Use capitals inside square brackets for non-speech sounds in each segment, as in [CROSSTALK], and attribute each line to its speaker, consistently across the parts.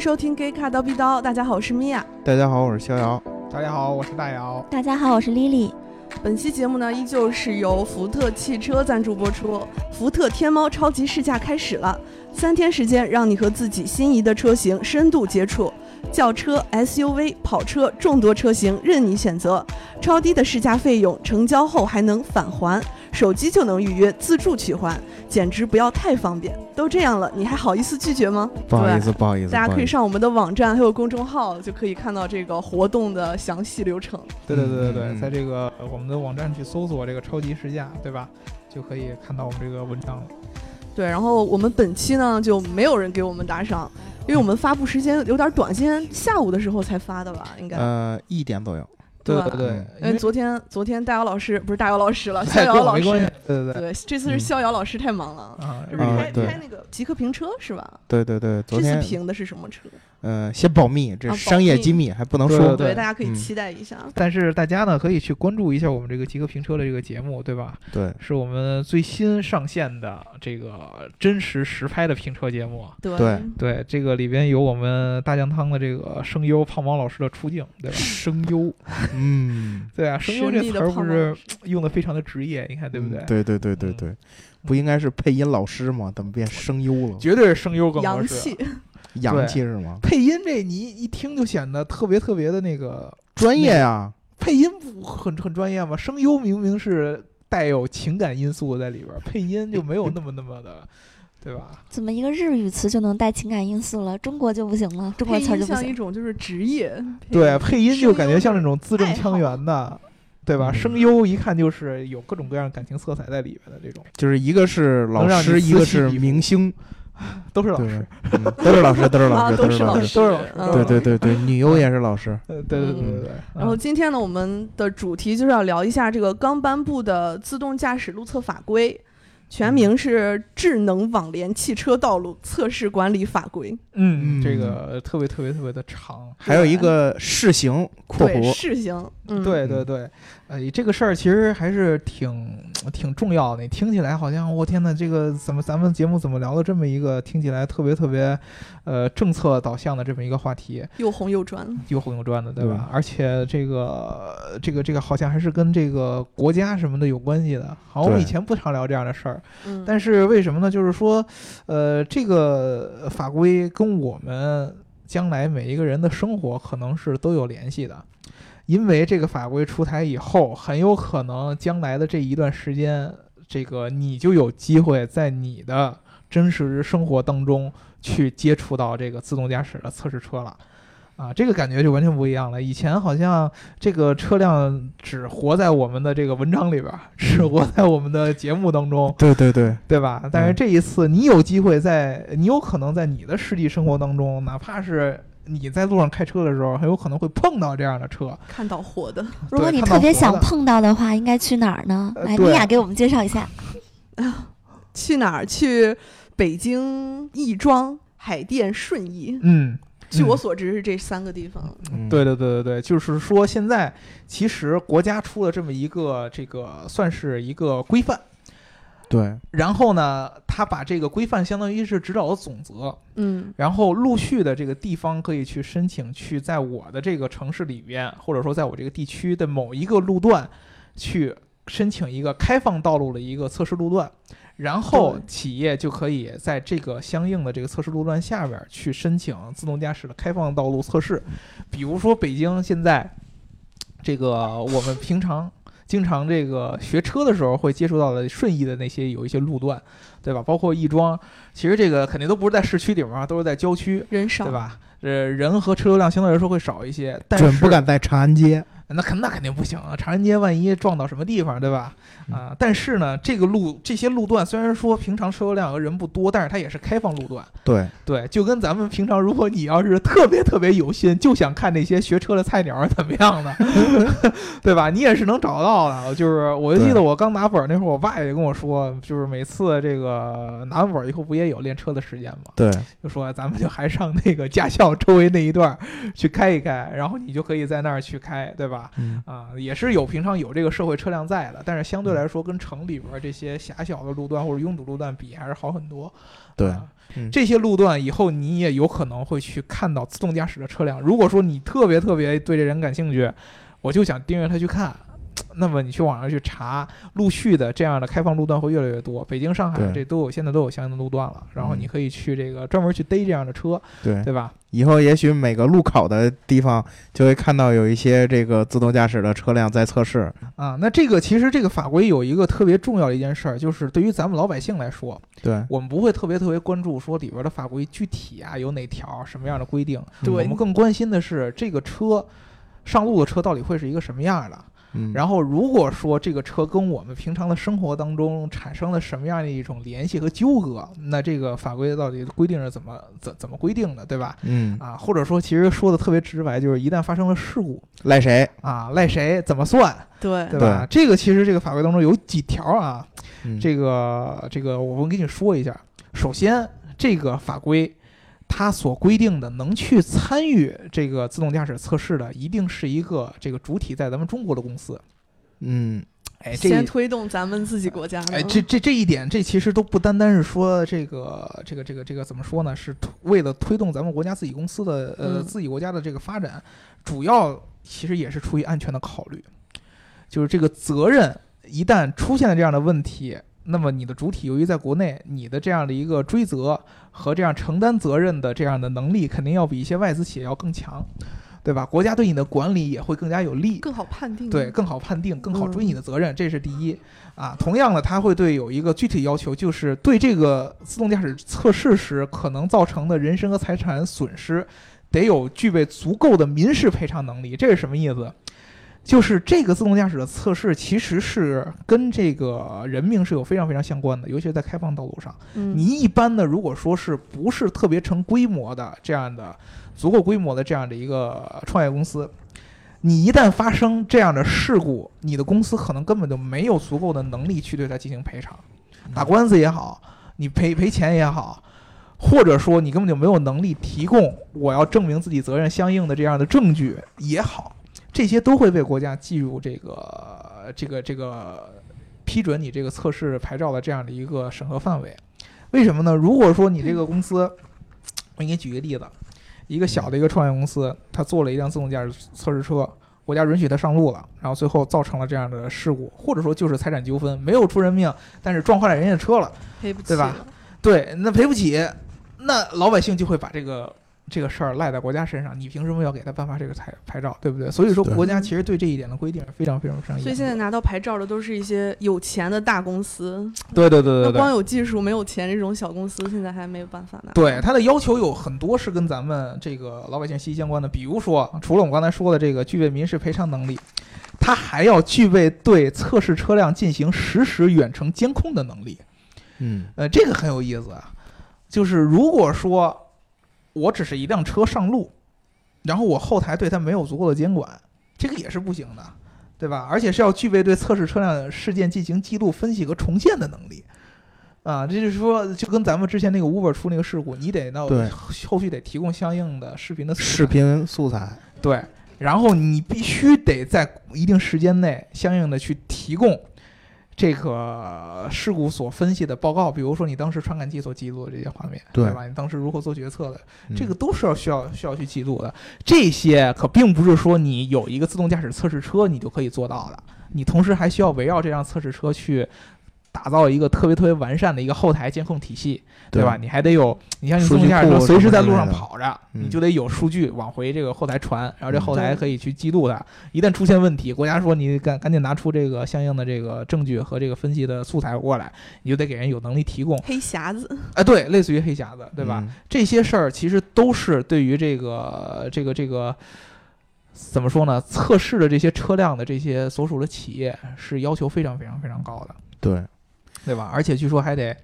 Speaker 1: 收听《Gay 卡刀逼刀》，大家好，我是米娅。
Speaker 2: 大家好，我是逍遥。
Speaker 3: 大家好，我是大姚。
Speaker 4: 大家好，我是 Lily。
Speaker 1: 本期节目呢，依旧是由福特汽车赞助播出。福特天猫超级试驾开始了，三天时间让你和自己心仪的车型深度接触，轿车、SUV、跑车众多车型任你选择，超低的试驾费用，成交后还能返还，手机就能预约自助取还，简直不要太方便。都这样了，你还好意思拒绝吗？
Speaker 2: 不好
Speaker 1: 对
Speaker 2: 意思，不好意思，
Speaker 1: 大家可以
Speaker 2: 不好意思。
Speaker 1: 上我们的网站还有公众号，就可以看到这个活动的详细流程。
Speaker 3: 对对对对对，
Speaker 2: 嗯
Speaker 3: 在这个呃我们的网站去搜索这个超级试驾，对吧？就可以看到我们这个文章了。
Speaker 1: 对，然后我们本期呢就没有人给我们打赏，因为我们发布时间有点短，今天下午的时候才发的吧，应该。
Speaker 2: 呃，一点左右。
Speaker 1: 对嗯
Speaker 3: 对对，
Speaker 1: 因为昨天昨天大姚老师不是大姚老师了，逍
Speaker 3: 哎跟
Speaker 1: 遥
Speaker 3: 我
Speaker 1: 老
Speaker 3: 没关系
Speaker 1: 师，。
Speaker 3: 对对对，
Speaker 1: 对，这次是
Speaker 2: 嗯
Speaker 1: 逍遥老师太忙了，
Speaker 3: 啊，
Speaker 1: 就是
Speaker 2: 啊
Speaker 1: 开
Speaker 2: 对
Speaker 1: 开那个极客评车是吧？
Speaker 2: 对对对，昨
Speaker 1: 这次
Speaker 2: 天
Speaker 1: 评的是什么车？
Speaker 2: 呃，先保密，
Speaker 1: 啊
Speaker 2: 这
Speaker 1: 保
Speaker 2: 商业
Speaker 1: 密
Speaker 2: 机密还不能
Speaker 3: 对
Speaker 2: 说。
Speaker 3: 对
Speaker 1: 大家可以
Speaker 2: 嗯
Speaker 1: 期待一下。
Speaker 3: 但是大家呢可以去关注一下我们这个极客评车的这个节目，对吧？
Speaker 2: 对，
Speaker 3: 是我们最新上线的这个真实实拍的评车节目。啊
Speaker 1: 对
Speaker 2: 对
Speaker 3: 对，这个里边有我们大酱汤的这个声优胖猫老师的出镜，对吧？声优，
Speaker 2: 嗯，
Speaker 3: 对啊，声优
Speaker 1: 神
Speaker 3: 这
Speaker 1: 秘
Speaker 3: 词
Speaker 1: 的
Speaker 3: 儿
Speaker 1: 胖
Speaker 3: 不
Speaker 1: 猫
Speaker 3: 是用的非常的职业，你看对不
Speaker 2: 嗯
Speaker 3: 对？
Speaker 2: 对对对对
Speaker 3: 嗯
Speaker 2: 对，不应该是配音老师吗？怎么变声优了？
Speaker 3: 绝对是声优更合
Speaker 1: 洋
Speaker 3: 适。啊
Speaker 1: 气，
Speaker 2: 洋气是吗？
Speaker 3: 配音这你一听就显得特别特别的那个
Speaker 2: 专业啊，
Speaker 3: 配音不很很专业吗？声优明明是带有情感因素在里边儿，配音就没有那么那么的，对吧？
Speaker 4: 怎么一个日语词就能带情感因素了，中国就不行了？中国
Speaker 1: 配
Speaker 4: 词儿
Speaker 1: 音
Speaker 4: 就不
Speaker 1: 像一
Speaker 4: 行。
Speaker 1: 种就是职业。
Speaker 3: 对，配音就感觉像那种字正
Speaker 1: 声优
Speaker 3: 腔圆的，对吧？
Speaker 2: 嗯
Speaker 3: 声优一看就是有各种各样感情色彩在里边的这种，
Speaker 2: 就是一个是老
Speaker 3: 能让你
Speaker 2: 师，一个
Speaker 3: 此起
Speaker 2: 是
Speaker 3: 彼伏
Speaker 2: 明星，
Speaker 3: 都是老
Speaker 2: 对
Speaker 3: 师，
Speaker 2: 吧，嗯都是老师，都是老
Speaker 1: [LAUGHS] 啊
Speaker 2: 师，
Speaker 1: 都
Speaker 2: 都
Speaker 1: 是
Speaker 2: 是
Speaker 1: 老
Speaker 2: 老
Speaker 1: 师
Speaker 2: 师。
Speaker 3: 都是老师，
Speaker 1: 嗯
Speaker 3: 都是
Speaker 2: 对
Speaker 3: 老
Speaker 2: 对
Speaker 3: 师
Speaker 2: 对对，女优也是老师。
Speaker 3: 呃对对对对
Speaker 1: 嗯
Speaker 3: 对。对
Speaker 1: 然后今天呢，我们的主题就是要聊一下这个刚颁布的自动驾驶路测法规，
Speaker 3: 嗯
Speaker 1: 全名是《智能网联汽车道路测试管理法规》。
Speaker 3: 嗯，
Speaker 2: 嗯
Speaker 3: 这个特别特别特别的长。
Speaker 2: 还有一个试行（括
Speaker 1: 对，
Speaker 2: 弧
Speaker 1: 试行，嗯，
Speaker 3: 对对对，呃，这个事儿其实还是挺挺重要的。你听起来好像我天呐，这个怎么咱们节目怎么聊了这么一个听起来特别特别，呃，政策导向的这么一个话题，
Speaker 1: 又红又专，
Speaker 3: 又红又专的，对吧
Speaker 2: 嗯？
Speaker 3: 而且这个呃这个这个好像还是跟这个国家什么的有关系的。好像我们
Speaker 2: 对
Speaker 3: 以前不常聊这样的事儿，
Speaker 1: 嗯，
Speaker 3: 但是为什么呢？就是说，呃，这个法规跟我们将来每一个人的生活可能是都有联系的，因为这个法规出台以后，很有可能将来的这一段时间，这个你就有机会在你的真实生活当中去接触到这个自动驾驶的测试车了。啊，这个感觉就完全不一样了。以前好像这个车辆只活在我们的这个文章里边儿，只活在我们的节目当中，
Speaker 2: 对对对，
Speaker 3: 对吧？但是这一次，你有机会在，你有可能在你的实际生活当中，哪怕是你在路上开车的时候，很有可能会碰到这样的车。
Speaker 1: 看到火的，
Speaker 4: 如果
Speaker 3: 对
Speaker 4: 你
Speaker 3: 看到
Speaker 4: 特别
Speaker 3: 活
Speaker 4: 想
Speaker 3: 的
Speaker 4: 碰到的话，应该去哪儿呢？
Speaker 3: 呃
Speaker 4: 来，
Speaker 3: 对
Speaker 4: 米娅给我们介绍一下。
Speaker 1: 去哪儿？去北京亦庄、海淀、顺义。
Speaker 3: 嗯，
Speaker 1: 据我
Speaker 3: 嗯
Speaker 1: 所知是这三个地方，
Speaker 2: 嗯
Speaker 3: 对对对对对，就是说现在其实国家出了这么一个这个算是一个规范，
Speaker 2: 对，
Speaker 3: 然后呢，他把这个规范相当于是指导的总则，
Speaker 1: 嗯，
Speaker 3: 然后陆续的这个地方可以去申请，去在我的这个城市里边，或者说在我这个地区的某一个路段，去申请一个开放道路的一个测试路段，然后
Speaker 1: 对
Speaker 3: 企业就可以在这个相应的这个测试路段下边去申请自动驾驶的开放道路测试。比如说北京现在，这个我们平常经常这个学车的时候会接触到的顺义的那些有一些路段，对吧？包括亦庄，其实这个肯定都不是在市区里面啊，都是在郊区，
Speaker 1: 人少
Speaker 3: 对，吧？呃，人和车流量相对来说会少一些，但是
Speaker 2: 准不敢在长安街。
Speaker 3: 那肯那肯定不行啊！长安街万一撞到什么地方，对吧？
Speaker 2: 嗯
Speaker 3: 啊、但是呢，这个路这些路段虽然说平常车流量和人不多，但是它也是开放路段，
Speaker 2: 对，
Speaker 3: 对，就跟咱们平常，如果你要是特别特别有心，就想看那些学车的菜鸟是怎么
Speaker 2: [LAUGHS]
Speaker 3: 样的，对吧？你也是能找到的。就是我就记
Speaker 2: 对
Speaker 3: 得我刚拿本儿那会儿，我爸也跟我说，就是每次这个拿完本儿以后不也有练车的时间吗？
Speaker 2: 对，
Speaker 3: 啊就说咱们就还上那个驾校到周围那一段儿去开一开，然后你就可以在那儿去开，对吧？
Speaker 2: 嗯
Speaker 3: 啊、也是有平常有这个社会车辆在的，但是相对来说跟城里边儿这些狭小的路段或者拥堵路段比还是好很多。
Speaker 2: 对
Speaker 3: 啊
Speaker 2: 嗯
Speaker 3: 这些路段以后你也有可能会去看到自动驾驶的车辆。如果说你特别特别对这人感兴趣，我就想订阅它去看。那么你去网上去查，陆续的这样的开放路段会越来越多，北京、上海
Speaker 2: 对
Speaker 3: 这都有，现在都有相应的路段了。然后
Speaker 2: 嗯
Speaker 3: 你可以去这个专门去逮这样的车，
Speaker 2: 对，
Speaker 3: 对吧？
Speaker 2: 以后也许每个路口的地方就会看到有一些这个自动驾驶的车辆在测试。
Speaker 3: 啊，那这个其实这个法规有一个特别重要的一件事儿，就是对于咱们老百姓来说，
Speaker 2: 对，
Speaker 3: 我们不会特别特别关注说里边的法规具体啊有哪条什么样的规定，
Speaker 1: 对
Speaker 2: 嗯
Speaker 3: 我们更关心的是这个车上路的车到底会是一个什么样的。
Speaker 2: 嗯，
Speaker 3: 然后如果说这个车跟我们平常的生活当中产生了什么样的一种联系和纠葛，那这个法规到底规定是怎么怎怎么规定的，对吧？
Speaker 2: 嗯，
Speaker 3: 啊，或者说其实说的特别直白，就是一旦发生了事故
Speaker 2: 赖谁？
Speaker 3: 啊，赖谁，怎么算，
Speaker 1: 对
Speaker 3: 对吧？这个其实这个法规当中有几条啊，
Speaker 2: 嗯
Speaker 3: 这个这个我们给你说一下。首先，这个法规它所规定的能去参与这个自动驾驶测试的，一定是一个这个主体在咱们中国的公司。
Speaker 2: 嗯，
Speaker 3: 哎，这
Speaker 1: 先推动咱们自己国家的。嗯
Speaker 3: 哎，这这这一点，这其实都不单单是说这个这个这个这个怎么说呢？是推为了推动咱们国家自己公司的呃、
Speaker 1: 嗯
Speaker 3: 自己国家的这个发展，主要其实也是出于安全的考虑，就是这个责任一旦出现了这样的问题。那么你的主体由于在国内，你的这样的一个追责和这样承担责任的这样的能力，肯定要比一些外资企业要更强，对吧？国家对你的管理也会更加有利。
Speaker 1: 更好判定。
Speaker 3: 对，更好判定，更好追你的责任，这是第一啊。同样的，它会对有一个具体要求，就是对这个自动驾驶测试时可能造成的人身和财产损失，得有具备足够的民事赔偿能力。这是什么意思？就是这个自动驾驶的测试其实是跟这个人命是有非常非常相关的，尤其是在开放道路上。
Speaker 1: 嗯，
Speaker 3: 你一般的如果说是不是特别成规模的这样的足够规模的这样的一个创业公司，你一旦发生这样的事故，你的公司可能根本就没有足够的能力去对它进行赔偿，打官司也好，你赔赔钱也好。或者说你根本就没有能力提供我要证明自己责任相应的这样的证据也好，这些都会被国家计入这个这个这个批准你这个测试牌照的这样的一个审核范围。为什么呢？如果说你这个公司，我给你举个例子，一个小的一个创业公司，它做了一辆自动驾驶测试车，国家允许它上路了，然后最后造成了这样的事故，或者说就是财产纠纷，没有出人命，但是撞坏了人家的车了，
Speaker 1: 赔不起
Speaker 3: 对吧
Speaker 1: 了？
Speaker 3: 对，那赔不起，那老百姓就会把这个这个事儿赖在国家身上，你凭什么要给他颁发这个牌牌照，对不对？所以说
Speaker 2: 对
Speaker 3: 国家其实对这一点的规定是非常非常非常严格的。
Speaker 1: 所以现在拿到牌照的都是一些有钱的大公司，
Speaker 3: 对对对
Speaker 1: 那
Speaker 3: 对对
Speaker 1: 光。有技术没有钱这种小公司，现在还没有办法拿。
Speaker 3: 对，它的要求有很多是跟咱们这个老百姓息息相关的，比如说，除了我们刚才说的这个具备民事赔偿能力，它还要具备对测试车辆进行实时远程监控的能力。
Speaker 2: 嗯，
Speaker 3: 呃，这个很有意思啊，就是如果说我只是一辆车上路，然后我后台对它没有足够的监管，这个也是不行的，对吧？而且是要具备对测试车辆事件进行记录、分析和重现的能力。啊，这就是说，就跟咱们之前那个 Uber 出那个事故，你得到
Speaker 2: 对
Speaker 3: 后续得提供相应的视频的素材
Speaker 2: 视频素材，
Speaker 3: 对，然后你必须得在一定时间内相应的去提供这个事故所分析的报告，比如说你当时传感器所记录的这些画面，
Speaker 2: 对
Speaker 3: 吧？你当时如何做决策的，
Speaker 2: 嗯
Speaker 3: 这个都是要需要需要去记录的。这些可并不是说你有一个自动驾驶测试车你就可以做到的，你同时还需要围绕这辆测试车去。打造一个特别特别完善的一个后台监控体系，对吧？？你还得有，你像你自
Speaker 2: 数据
Speaker 3: 动驾驶
Speaker 2: 库
Speaker 3: 车随
Speaker 2: 什
Speaker 3: 时
Speaker 2: 么
Speaker 3: 在
Speaker 2: 之
Speaker 3: 路
Speaker 2: 类
Speaker 3: 上
Speaker 2: 的
Speaker 3: 跑着，你
Speaker 2: 嗯
Speaker 3: 就得有数据往回这个后台传，然后这
Speaker 2: 嗯
Speaker 3: 后台
Speaker 1: 对
Speaker 3: 可以去记录它。一旦出现问题，国家说你赶赶紧拿出这个相应的这个证据和这个分析的素材过来，你就得给人有能力提供。
Speaker 1: 黑匣子，
Speaker 3: 哎，对，类似于黑匣子，对吧？
Speaker 2: 嗯？
Speaker 3: 这些事儿其实都是对于这个这个这个怎么说呢？测试的这些车辆的这些所属的企业是要求非常非常非常高的。
Speaker 2: 对，
Speaker 3: 对吧？而且据说还得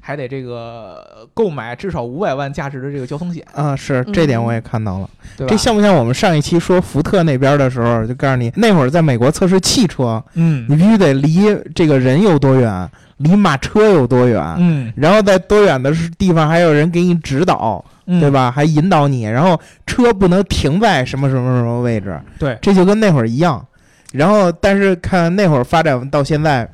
Speaker 3: 还得这个购买至少五百万价值的这个交通险，
Speaker 2: 啊，是
Speaker 3: 嗯
Speaker 2: 这点我也看到了。
Speaker 3: 对吧？
Speaker 2: 这像不像我们上一期说福特那边的时候，就告诉你那会儿在美国测试汽车，
Speaker 3: 嗯
Speaker 2: 你必须得离这个人有多远，离马车有多远，
Speaker 3: 嗯，
Speaker 2: 然后在多远的地方还有人给你指导，对
Speaker 3: 对？
Speaker 2: 吧？还引导你，然后车不能停在什么什么什么位置，
Speaker 3: 对，
Speaker 2: 这就跟那会儿一样。然后，但是看那会儿发展到现在，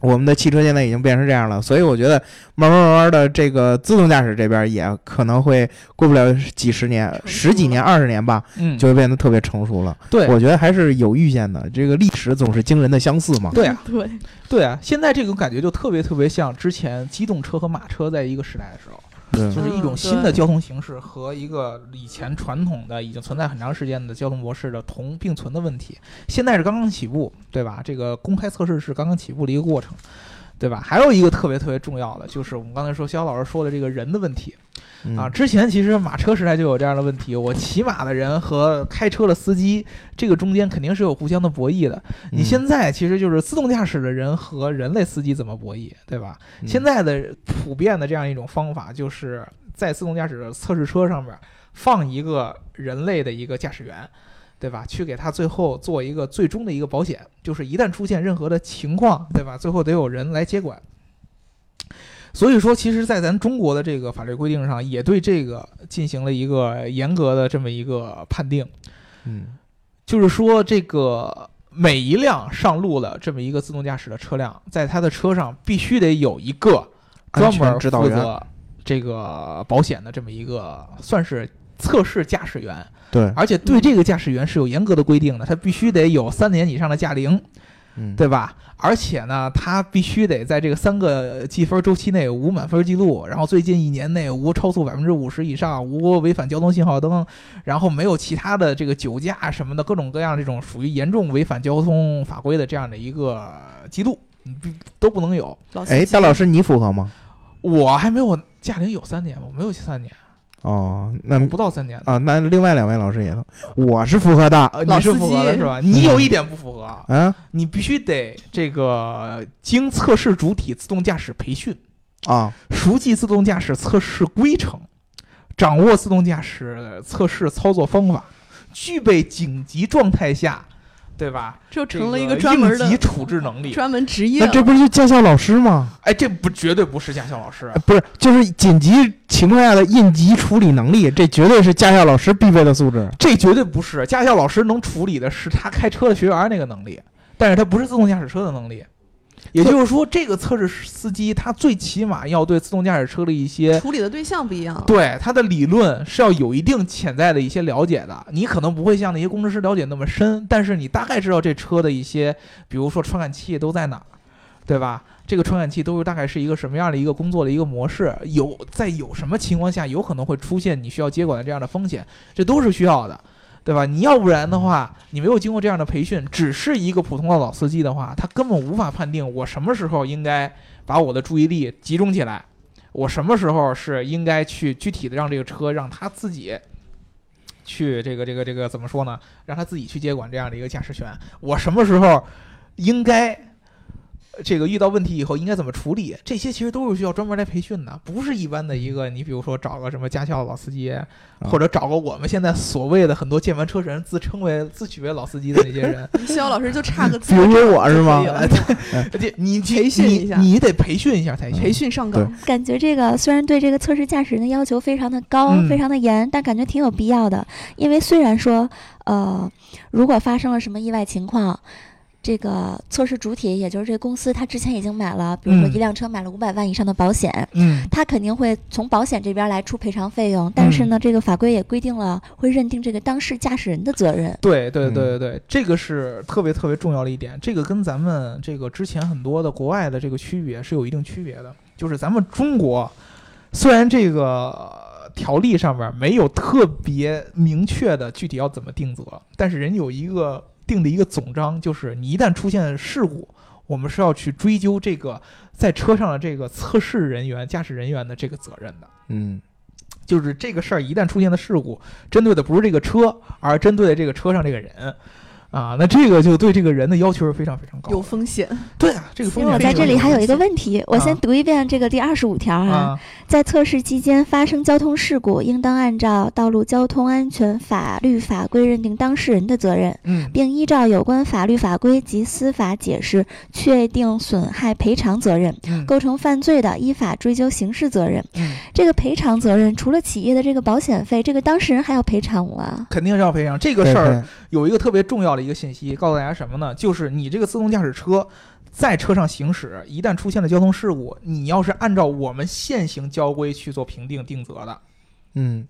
Speaker 2: 我们的汽车现在已经变成这样了，所以我觉得慢慢慢慢的，这个自动驾驶这边也可能会过不了几十年、
Speaker 1: 成熟
Speaker 2: 十几年、二十年吧，
Speaker 3: 嗯，
Speaker 2: 就会变得特别成熟了。
Speaker 3: 对
Speaker 2: 我觉得还是有预见的，这个历史总是惊人的相似嘛。
Speaker 3: 对啊，
Speaker 1: [LAUGHS] 对，
Speaker 3: 对啊，现在这种感觉就特别特别像之前机动车和马车在一个时代的时候，
Speaker 2: 对
Speaker 3: 就是一种
Speaker 1: 嗯
Speaker 3: 新的
Speaker 1: 对
Speaker 3: 交通形式和一个以前传统的已经存在很长时间的交通模式的同并存的问题。现在是刚刚起步，对吧？这个公开测试是刚刚起步的一个过程，对吧？还有一个特别特别重要的，就是我们刚才说肖老师说的这个人的问题啊。
Speaker 2: 嗯
Speaker 3: 之前其实马车时代就有这样的问题，我骑马的人和开车的司机，这个中间肯定是有互相的博弈的。你
Speaker 2: 嗯
Speaker 3: 现在其实就是自动驾驶的人和人类司机怎么博弈，对吧？
Speaker 2: 嗯
Speaker 3: 现在的普遍的这样一种方法，就是在自动驾驶的测试车上面放一个人类的一个驾驶员，对吧？去给他最后做一个最终的一个保险，就是一旦出现任何的情况，对吧？最后得有人来接管。所以说，其实，在咱中国的这个法律规定上，也对这个进行了一个严格的这么一个判定。
Speaker 2: 嗯
Speaker 3: 就是说这个每一辆上路的这么一个自动驾驶的车辆，在它的车上必须得有一个专
Speaker 2: 安
Speaker 3: 门
Speaker 2: 全指导
Speaker 3: 负
Speaker 2: 员
Speaker 3: 责这个保险的这么一个算是。测试驾驶员，
Speaker 2: 对，
Speaker 3: 而且对这个驾驶员是有严格的规定的，他必须得有三年以上的驾龄，
Speaker 2: 嗯
Speaker 3: 对吧？而且呢，他必须得在这个三个计分周期内无满分记录，然后最近一年内无超速百分之五十以上，无违反交通信号灯，然后没有其他的这个酒驾什么的各种各样这种属于严重违反交通法规的这样的一个记录，嗯不都不能有。
Speaker 1: 老司
Speaker 2: 哎，
Speaker 1: 机
Speaker 2: 大老师你符合吗？
Speaker 3: 我还没有驾龄有三年，我没有三年，
Speaker 2: 哦，那
Speaker 3: 不到三年。
Speaker 2: 啊，那另外两位老师也都，我是符合的。
Speaker 3: 呃，
Speaker 1: 老
Speaker 3: 你是
Speaker 1: 司
Speaker 3: 符合的
Speaker 1: 机
Speaker 3: 是
Speaker 1: [LAUGHS]
Speaker 3: 吧？你有一点不符合，
Speaker 2: 啊
Speaker 3: 你必须得这个经测试主体自动驾驶培训，
Speaker 2: 啊，
Speaker 3: 熟记自动驾驶测试规程，掌握自动驾驶测试操作方法，具备紧急状态下，对吧？
Speaker 1: 就
Speaker 3: 这
Speaker 1: 成了一个专门
Speaker 3: 应急
Speaker 1: 的
Speaker 3: 处置能力。
Speaker 1: 专门职业
Speaker 2: 那
Speaker 1: 了，
Speaker 2: 这不是就驾校老师吗？
Speaker 3: 哎，这不绝对不是驾校老师啊
Speaker 2: 呃，不是，就是紧急情况下的应急处理能力，这绝对是驾校老师必备的素质。
Speaker 3: 这绝对不是驾校老师能处理的，是他开车的学员儿那个能力，但是他不是自动驾驶车的能力。也就是说，这个测试司机他最起码要对自动驾驶车的一些
Speaker 1: 处理的对象不一样。
Speaker 3: 对它的理论是要有一定潜在的一些了解的，你可能不会像那些工程师了解那么深，但是你大概知道这车的一些，比如说传感器都在哪儿，对吧？这个传感器都是大概是一个什么样的一个工作的一个模式，有在有什么情况下有可能会出现你需要接管的这样的风险，这都是需要的，对吧？你要不然的话，你没有经过这样的培训，只是一个普通的老司机的话，他根本无法判定我什么时候应该把我的注意力集中起来，我什么时候是应该去具体的让这个车让他自己去这个这个这个怎么说呢？让他自己去接管这样的一个驾驶权。我什么时候应该呃这个遇到问题以后应该怎么处理？这些其实都是需要专门来培训的，不是一般的一个你比如说找个什么驾校老司机，或者找个我们现在所谓的很多键盘车神自称为自诩为老司机的那些人，
Speaker 1: 逍遥老师就差个字
Speaker 2: 比如说我是吗
Speaker 1: 就可以？
Speaker 3: 哎
Speaker 1: 了
Speaker 3: 这你你
Speaker 1: 培训一下
Speaker 3: 你你得培训一下才行。
Speaker 1: 培训上
Speaker 2: 对
Speaker 1: 岗，
Speaker 4: 感觉这个虽然对这个测试驾驶人的要求非常的高、
Speaker 3: 嗯
Speaker 4: 非常的严，但感觉挺有必要的。因为虽然说，呃，如果发生了什么意外情况，这个测试主体，也就是这个公司，它之前已经买了，比如说
Speaker 3: 嗯
Speaker 4: 一辆车买了五百万以上的保险，
Speaker 3: 嗯
Speaker 4: 它肯定会从保险这边来出赔偿费用。但是
Speaker 3: 嗯
Speaker 4: 呢，这个法规也规定了，会认定这个当事驾驶人的责任。
Speaker 3: 对对
Speaker 2: 嗯
Speaker 3: 对对对，这个是特别特别重要的一点。这个跟咱们这个之前很多的国外的这个区别是有一定区别的。就是咱们中国，虽然这个呃条例上面没有特别明确的具体要怎么定责，但是人有一个定的一个总章，就是你一旦出现事故，我们是要去追究这个在车上的这个测试人员、驾驶人员的这个责任的。
Speaker 2: 嗯
Speaker 3: 就是这个事儿一旦出现的事故，针对的不是这个车，而针对的这个车上这个人，啊，那这个就对这个人的要求是非常非常高的。
Speaker 1: 有风险，
Speaker 3: 对啊，这个
Speaker 4: 其
Speaker 3: 风
Speaker 4: 实
Speaker 3: 险
Speaker 4: 我
Speaker 3: 非
Speaker 4: 在
Speaker 3: 常
Speaker 4: 这里还有一个
Speaker 3: 高
Speaker 4: 问题，我先
Speaker 3: 啊
Speaker 4: 读一遍这个第二十五条哈、
Speaker 3: 啊，
Speaker 4: 在测试期间发生交通事故，应当按照《道路交通安全法律法规》认定当事人的责任，
Speaker 3: 嗯
Speaker 4: 并依照有关法律法规及司法解释确定损害赔偿责任。
Speaker 3: 嗯
Speaker 4: 构成犯罪的，依法追究刑事责任。
Speaker 3: 嗯，
Speaker 4: 这个赔偿责任，除了企业的这个保险费，这个当事人还要赔偿我啊。
Speaker 3: 肯定是要赔偿。这个
Speaker 2: 对
Speaker 3: 事儿
Speaker 2: 对
Speaker 3: 有一个特别重要的一个信息，告诉大家什么呢？就是你这个自动驾驶车在车上行驶，一旦出现了交通事故，你要是按照我们现行交规去做评定定责的。
Speaker 2: 嗯，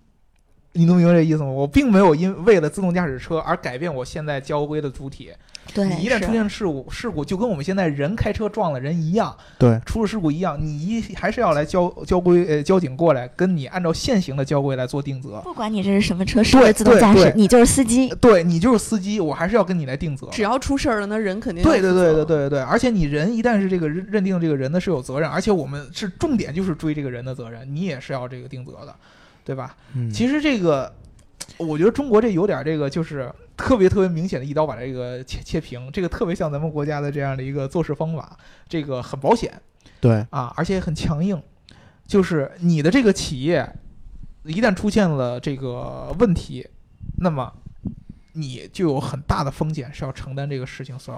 Speaker 3: 你能明白这意思吗？我并没有因为了自动驾驶车而改变我现在交规的主体。
Speaker 4: 对，
Speaker 3: 你一旦
Speaker 4: 是
Speaker 3: 出现事故，事故就跟我们现在人开车撞了人一样，
Speaker 2: 对，
Speaker 3: 出了事故一样，你一还是要来交交规呃交警过来，跟你按照现行的交规来做定责。
Speaker 4: 不管你这是什么车，是不
Speaker 3: 对
Speaker 4: 是自动
Speaker 3: 对
Speaker 4: 驾驶
Speaker 3: 对，呃
Speaker 4: 你就是司机。
Speaker 3: 对你就是司机，我还是要跟你来定责。
Speaker 1: 只要出事儿了，那人肯定要
Speaker 3: 对对
Speaker 1: 负
Speaker 3: 对
Speaker 1: 责
Speaker 3: 对对对对，而且你人一旦是这个认认定这个人的是有责任，而且我们是重点就是追这个人的责任，你也是要这个定责的，对吧？
Speaker 2: 嗯
Speaker 3: 其实这个，我觉得中国这有点这个就是特别特别明显的一刀把这个切切平，这个特别像咱们国家的这样的一个做事方法，这个很保险
Speaker 2: 对，
Speaker 3: 啊，而且很强硬，就是你的这个企业一旦出现了这个问题，那么。你就有很大的风险，是要承担这个事情所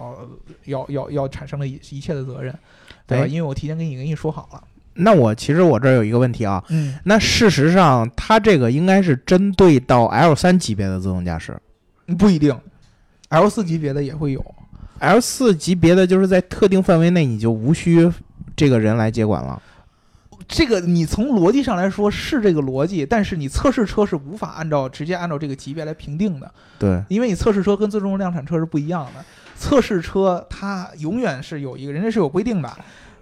Speaker 3: 要要要要产生的一一切的责任，对吧？
Speaker 2: 哎
Speaker 3: 因为我提前跟你跟你说好了，
Speaker 2: 那我其实我这儿有一个问题啊，
Speaker 3: 嗯，
Speaker 2: 那事实上它这个应该是针对到 L 三级别的自动驾驶
Speaker 3: 不一定，L 四级别的也会有，
Speaker 2: ，L 四级别的就是在特定范围内你就无需这个人来接管了。
Speaker 3: 这个你从逻辑上来说是这个逻辑，但是你测试车是无法按照直接按照这个级别来评定的，
Speaker 2: 对，
Speaker 3: 因为你测试车跟最终量产车是不一样的。测试车它永远是有一个人家是有规定的，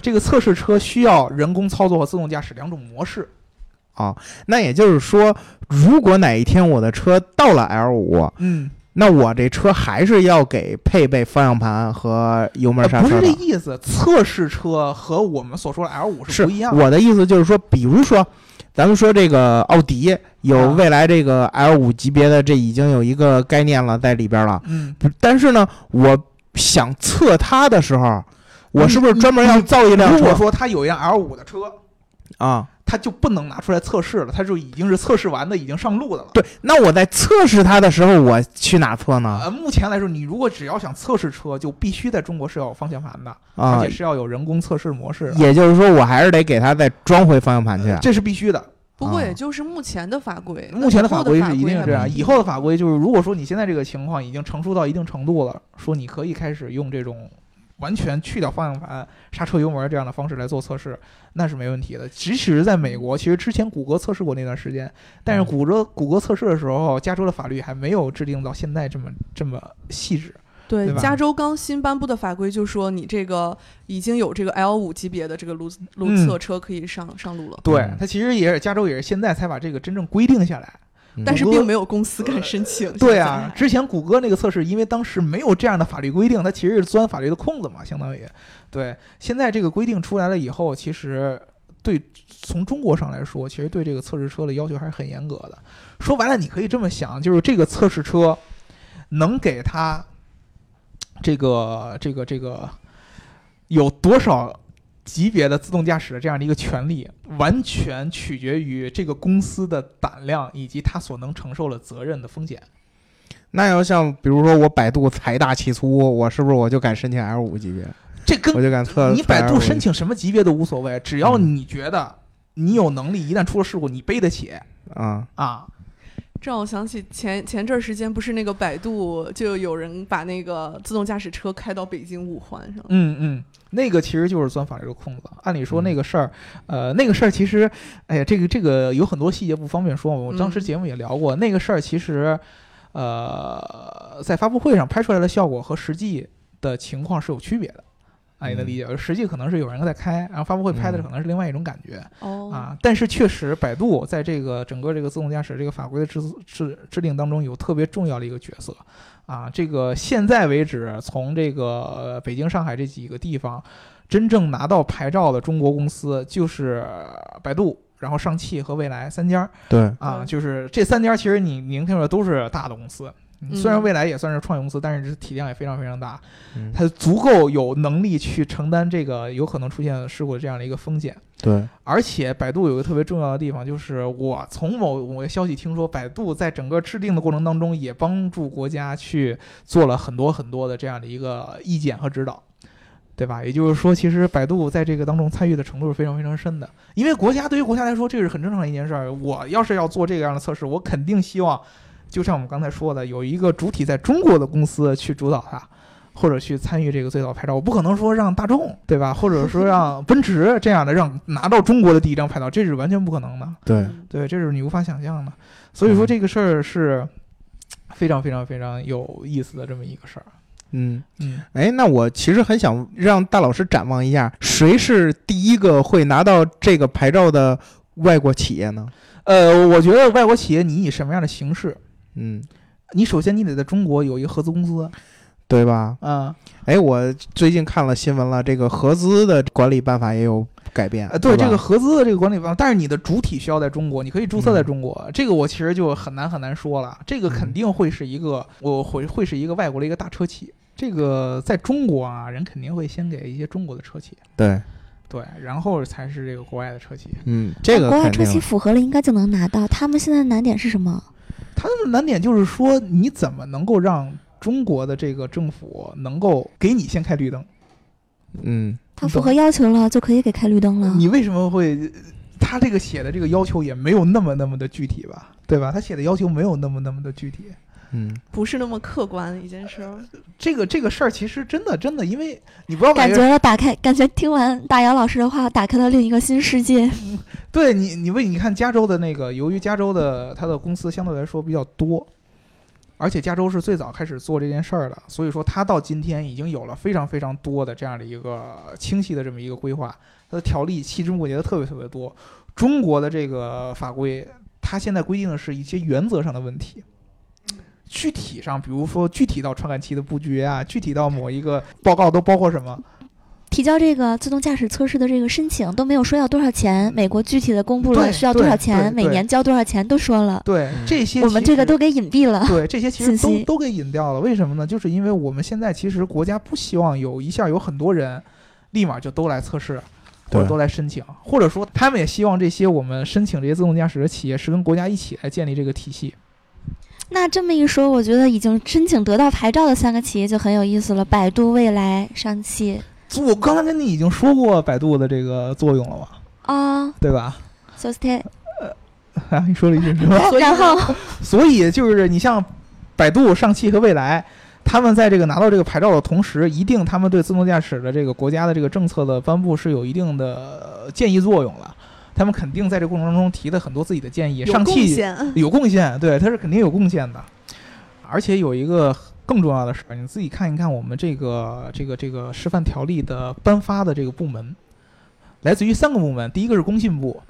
Speaker 3: 这个测试车需要人工操作和自动驾驶两种模式。
Speaker 2: 那也就是说，如果哪一天我的车到了 L 五，
Speaker 3: 嗯，
Speaker 2: 那我这车还是要给配备方向盘和油门刹
Speaker 3: 啊不是
Speaker 2: 车
Speaker 3: 这
Speaker 2: 的。
Speaker 3: 意思，测试车和我们所说的 L 五
Speaker 2: 是
Speaker 3: 不一样的。
Speaker 2: 我的意思就是说，比如说，咱们说这个奥迪有
Speaker 3: 啊
Speaker 2: 未来这个 L 五级别的，这已经有一个概念了在里边了。
Speaker 3: 嗯，
Speaker 2: 不但是呢，我想测它的时候，我
Speaker 3: 你
Speaker 2: 是不是专门要
Speaker 3: 你
Speaker 2: 造一辆
Speaker 3: 如果
Speaker 2: 车
Speaker 3: 说它有一辆 L 五的车，
Speaker 2: 啊？
Speaker 3: 它就不能拿出来测试了，它就已经是测试完的，已经上路的了。
Speaker 2: 对，那我在测试它的时候，我去哪测呢？
Speaker 3: 呃，目前来说，你如果只要想测试车，就必须在中国是要有方向盘的，而
Speaker 2: 啊
Speaker 3: 且，是要有人工测试模式的，
Speaker 2: 也就是说，我还是得给它再装回方向盘去。
Speaker 3: 啊这是必须的。
Speaker 1: 不过
Speaker 2: 啊
Speaker 1: 也就是目前的法规，那
Speaker 3: 目前的
Speaker 1: 以后
Speaker 3: 法
Speaker 1: 的
Speaker 3: 规是一定是
Speaker 1: 还
Speaker 3: 这样，
Speaker 1: 不
Speaker 3: 以后的法规就是，如果说你现在这个情况已经成熟到一定程度了，说你可以开始用这种完全去掉方向盘、刹车、油门这样的方式来做测试，那是没问题的。即使是在美国，其实之前谷歌测试过那段时间，但是谷歌谷歌测试的时候，加州的法律还没有制定到现在这么这么细致。
Speaker 1: 对
Speaker 3: 对，吧
Speaker 1: 加州刚新颁布的法规就说，你这个已经有这个 L 五级别的这个路路
Speaker 3: 嗯
Speaker 1: 测车可以上、上路了，
Speaker 3: 对
Speaker 2: 嗯，
Speaker 3: 它其实也是加州也是现在才把这个真正规定下来。
Speaker 2: 嗯
Speaker 1: 但是
Speaker 3: 谷歌
Speaker 1: 并没有公司敢申请。
Speaker 3: 呃 [LAUGHS] 对
Speaker 1: 现
Speaker 3: 啊
Speaker 1: 在，
Speaker 3: 之前谷歌那个测试，因为当时没有这样的法律规定，它其实是钻法律的空子嘛，相当于。对，现在这个规定出来了以后，其实对从中国上来说，其实对这个测试车的要求还是很严格的。说白了，你可以这么想，就是这个测试车能给它这个这个这个有多少？级别的自动驾驶的这样的一个权利，完全取决于这个公司的胆量以及它所能承受的责任的风险。
Speaker 2: 那要像比如说我百度财大气粗，我是不是我就敢申请 L 五级别？
Speaker 3: 这跟
Speaker 2: 我就敢测。
Speaker 3: 你
Speaker 2: 测
Speaker 3: 百度
Speaker 2: L5
Speaker 3: 申请什么级别都无所谓，只要
Speaker 2: 嗯
Speaker 3: 你觉得你有能力，一旦出了事故你背得起
Speaker 2: 啊，
Speaker 3: 啊。
Speaker 1: 这让我想起前前阵儿时间，不是那个百度就有人把那个自动驾驶车开到北京五环上了，
Speaker 3: 嗯嗯，那个其实就是钻法律的空子。按理
Speaker 2: 嗯
Speaker 3: 说那个事儿，呃，那个事儿其实，哎呀，这个这个有很多细节不方便说。我
Speaker 1: 嗯
Speaker 3: 当时节目也聊过，那个事儿其实，呃，在发布会上拍出来的效果和实际的情况是有区别的。啊，你能
Speaker 2: 嗯
Speaker 3: 理解吧？实际可能是有人在开，然后发布会拍的
Speaker 2: 嗯
Speaker 3: 可能是另外一种感觉。
Speaker 1: 哦
Speaker 3: 啊，但是确实，百度在这个整个这个自动驾驶这个法规的制制制定当中有特别重要的一个角色啊。这个现在为止，从这个、呃北京、上海这几个地方，真正拿到牌照的中国公司就是百度。然后上汽和蔚来三家儿
Speaker 2: 对，
Speaker 3: 啊，
Speaker 1: 嗯
Speaker 3: 就是这三家，其实你您看出来都是大的公司嗯虽然
Speaker 1: 嗯
Speaker 3: 未来也算是创业公司，但是这体量也非常非常大，
Speaker 2: 嗯
Speaker 3: 它足够有能力去承担这个有可能出现事故的这样的一个风险。
Speaker 2: 对，
Speaker 3: 而且百度有一个特别重要的地方，就是我从某某个消息听说，百度在整个制定的过程当中，也帮助国家去做了很多很多的这样的一个意见和指导，对吧？也就是说，其实百度在这个当中参与的程度是非常非常深的，因为国家对于国家来说，这是很正常的一件事儿。我要是要做这样的测试，我肯定希望，就像我们刚才说的，有一个主体在中国的公司去主导它。或者去参与这个最早牌照，我不可能说让大众，对吧？或者说让奔驰这样的让拿到中国的第一张牌照，这是完全不可能的。
Speaker 2: 对，
Speaker 1: 嗯
Speaker 3: 对，这是你无法想象的。所以说
Speaker 2: 嗯
Speaker 3: 这个事儿是非常非常非常有意思的这么一个事儿。
Speaker 2: 嗯，
Speaker 3: 嗯，
Speaker 2: 哎，那我其实很想让大老师展望一下，谁是第一个会拿到这个牌照的外国企业呢？
Speaker 3: 呃，我觉得外国企业你以什么样的形式，
Speaker 2: 嗯，
Speaker 3: 你首先你得在中国有一个合资公司
Speaker 2: 对吧？
Speaker 3: 啊、
Speaker 2: 哎，我最近看了新闻了，这个合资的管理办法也有改变。
Speaker 3: 呃，对
Speaker 2: 吧
Speaker 3: 这个合资的这个管理方，但是你的主体需要在中国，你可以注册在
Speaker 2: 嗯
Speaker 3: 中国，这个我其实就很难很难说了。这个肯定会是一个，我会会是一个外国的一个大车企。这个在中国啊，人肯定会先给一些中国的车企，
Speaker 2: 对，
Speaker 3: 对，然后才是这个国外的车企。
Speaker 2: 嗯，这个
Speaker 4: 国外
Speaker 2: 肯
Speaker 4: 车
Speaker 2: 定
Speaker 4: 企符合了，应该就能拿到。他们现在的难点是什么？
Speaker 3: 他们的难点就是说，你怎么能够让中国的这个政府能够给你先开绿灯？
Speaker 2: 嗯，
Speaker 4: 他
Speaker 3: 你
Speaker 4: 符
Speaker 3: 懂
Speaker 4: 合要求了，就可以给开绿灯了。
Speaker 3: 你为什么会？他这个写的这个要求也没有那么那么的具体吧，对吧？他写的要求没有那么那么的具体。
Speaker 2: 嗯，
Speaker 1: 不是那么客观的一件事儿。
Speaker 3: 这个这个事儿其实真的真的，因为你不要把
Speaker 4: 感
Speaker 3: 这
Speaker 4: 觉了，打开，感觉听完大姚老师的话，打开了另一个新世
Speaker 3: [LAUGHS]
Speaker 4: 界。
Speaker 3: 对你你为你看加州的那个，由于加州的它的公司相对来说比较多，而且加州是最早开始做这件事儿的，所以说它到今天已经有了非常非常多的这样的一个清晰的这么一个规划，它的条例细枝末节的特别特别多。中国的这个法规，它现在规定的是一些原则上的问题。
Speaker 4: 嗯
Speaker 3: 具体上，比如说具体到传感器的布局啊，具体到某一个报告都包括什么，
Speaker 4: 提交这个自动驾驶测试的这个申请都没有说要多少钱，美国具体的公布
Speaker 3: 对
Speaker 4: 了需要多少
Speaker 3: 对对
Speaker 4: 钱，每
Speaker 3: 对
Speaker 4: 年交多少钱都说了，
Speaker 3: 对
Speaker 2: 嗯
Speaker 3: 这些
Speaker 4: 我们
Speaker 3: 其
Speaker 4: 这个
Speaker 3: 实
Speaker 4: 都给隐蔽
Speaker 3: [LAUGHS]
Speaker 4: 了。
Speaker 3: 对，这些其实
Speaker 4: 啊信
Speaker 3: 都
Speaker 4: 息
Speaker 3: 都给引掉了。为什么呢？就是因为我们现在其实国家不希望有一下有很多人立马就都来测试，或者
Speaker 2: 对
Speaker 3: 都来申请，或者说他们也希望这些我们申请这些自动驾驶的企业是跟国家一起来建立这个体系。
Speaker 4: 那这么一说，我觉得已经申请得到牌照的三个企业就很有意思了：百度、未来、上汽
Speaker 3: 我刚才跟你已经说过百度的这个作用了嘛，
Speaker 4: 啊，
Speaker 3: 对吧？
Speaker 4: s o s t e
Speaker 3: 啊， [LAUGHS] 你说了一句什么？
Speaker 1: 所以
Speaker 4: 然后
Speaker 3: 啊所以就是你像百度、上汽和蔚来，他们在这个拿到这个牌照的同时，一定他们对自动驾驶的这个国家的这个政策的颁布是有一定的呃建议作用了。他们肯定在这过程当中提了很多自己的建议，
Speaker 1: 有
Speaker 3: 上
Speaker 1: 贡
Speaker 3: 汽 [LAUGHS]
Speaker 1: 献，
Speaker 3: 有贡献，对，它是肯定有贡献的。而且有一个更重要的事儿，你自己看一看我们这个这个这个示范条例的颁发的这个部门，来自于三个部门，第一个是工信部，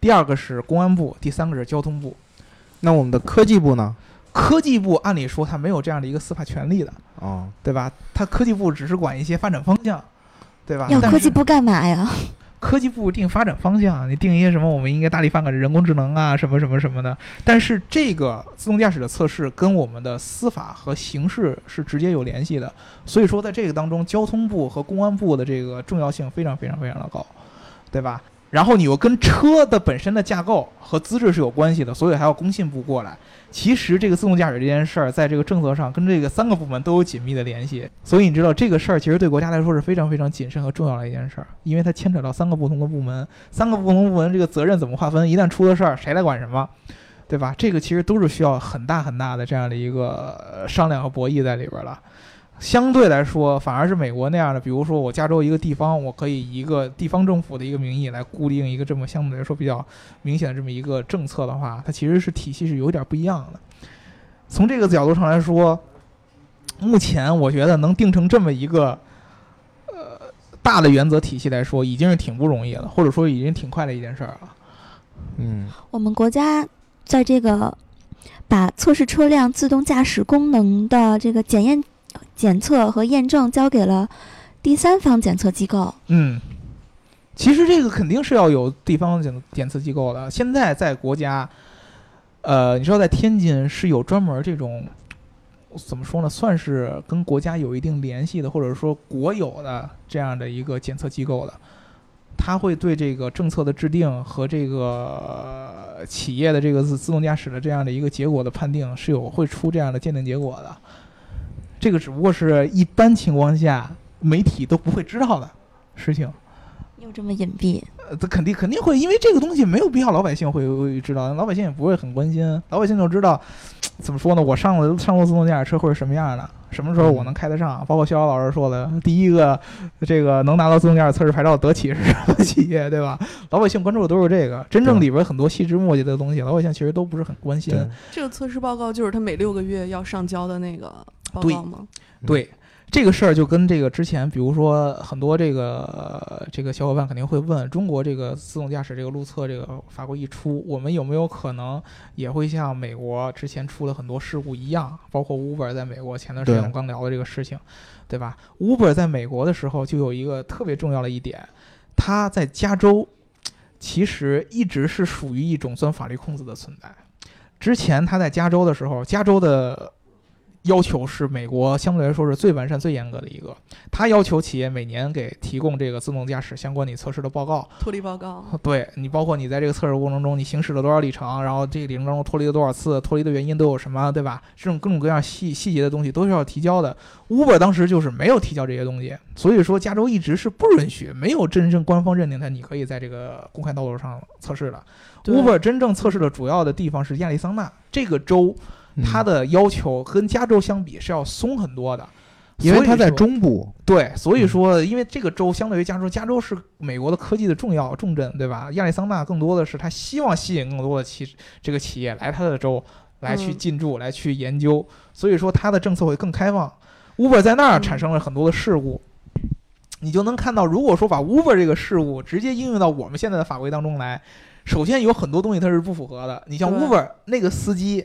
Speaker 3: 第二个是公安部，第三个是交通部。
Speaker 2: 那我们的科技部呢？
Speaker 3: 科技部按理说它没有这样的一个司法权利的，
Speaker 2: 哦，
Speaker 3: 对吧？它科技部只是管一些发展方向，对吧？
Speaker 4: 要
Speaker 3: 但
Speaker 4: 科技
Speaker 3: 是
Speaker 4: 部干嘛呀？
Speaker 3: 科技部定发展方向，啊你定一些什么，我们应该大力发展人工智能啊，什么什么什么的。但是这个自动驾驶的测试跟我们的司法和刑事是直接有联系的，所以说在这个当中，交通部和公安部的这个重要性非常非常非常的高，对吧？然后你又跟车的本身的架构和资质是有关系的，所以还要工信部过来。其实这个自动驾驶这件事儿，在这个政策上跟这个三个部门都有紧密的联系，所以你知道这个事儿其实对国家来说是非常非常谨慎和重要的一件事儿，因为它牵扯到三个不同的部门，三个不同部门这个责任怎么划分，一旦出了事儿谁来管什么，对吧？这个其实都是需要很大很大的这样的一个呃商量和博弈在里边儿了。相对来说，反而是美国那样的，比如说我加州一个地方，我可以以一个地方政府的一个名义来固定一个这么相对来说比较明显的这么一个政策的话，它其实是体系是有点不一样的。从这个角度上来说，目前我觉得能定成这么一个呃大的原则体系来说，已经是挺不容易了，或者说已经挺快的一件事儿了。
Speaker 2: 嗯，
Speaker 4: 我们国家在这个把测试车辆自动驾驶功能的这个检验、检测和验证交给了第三方检测机构。
Speaker 3: 嗯，其实这个肯定是要有地方检检测机构的。现在在国家，呃，你知道在天津是有专门这种怎么说呢，算是跟国家有一定联系的，或者说国有的这样的一个检测机构的，它会对这个政策的制定和这个呃企业的这个自自动驾驶的这样的一个结果的判定是有会出这样的鉴定结果的。这个只不过是一般情况下媒体都不会知道的事情。
Speaker 4: 又这么隐蔽，
Speaker 3: 呃，这肯定肯定会，因为这个东西没有必要老百姓会会知道，老百姓也不会很关心，老百姓就知道怎么说呢？我上了上过自动驾驶车会是什么样的，什么时候我
Speaker 2: 嗯
Speaker 3: 能开得上？包括逍遥老师说的，第一个这个能拿到自动驾驶测试牌照的德企是什么企业，对吧？老百姓关注的都是这个，真正
Speaker 2: 对
Speaker 3: 里边很多细枝末节的东西，老百姓其实都不是很关心。
Speaker 2: 对，
Speaker 1: 这个测试报告就是他每六个月要上交的那个报
Speaker 3: 对
Speaker 1: 告吗？
Speaker 3: 对，这个事儿就跟这个之前，比如说很多这个、呃这个小伙伴肯定会问，中国这个自动驾驶这个路测这个法规一出，我们有没有可能也会像美国之前出了很多事故一样，包括 Uber 在美国前段时间
Speaker 2: 对
Speaker 3: 我们刚聊的这个事情，对吧？Uber 在美国的时候就有一个特别重要的一点，它在加州其实一直是属于一种钻法律空子的存在。之前他在加州的时候，加州的要求是美国相对来说是最完善、最严格的一个。他要求企业每年给提供这个自动驾驶相关你测试的报告，
Speaker 1: 脱离报告，
Speaker 3: 对你包括你在这个测试过程中你行驶了多少里程，然后这个里程当中脱离了多少次，脱离的原因都有什么，对吧？这种各种各样细细节的东西都是要提交的。Uber 当时就是没有提交这些东西，所以说加州一直是不允许，没有真正官方认定它你可以在这个公开道路上测试的。
Speaker 1: 对
Speaker 3: Uber 真正测试的主要的地方是亚利桑那这个州，
Speaker 2: 嗯
Speaker 3: 它的要求跟加州相比是要松很多的，
Speaker 2: 因为它
Speaker 3: 所以
Speaker 2: 在
Speaker 3: 说
Speaker 2: 中部，
Speaker 3: 对，所以
Speaker 2: 嗯
Speaker 3: 说，因为这个州相对于加州，加州是美国的科技的重要重镇，对吧？亚利桑那更多的是他希望吸引更多的企这个企业来他的州来去
Speaker 1: 嗯
Speaker 3: 进驻、来去研究，所以说它的政策会更开放。Uber 在那儿产生了很多的事故，你就能看到，如果说把 Uber 这个事故直接应用到我们现在的法规当中来，首先有很多东西它是不符合的。你像
Speaker 1: 对
Speaker 3: Uber 那个司机，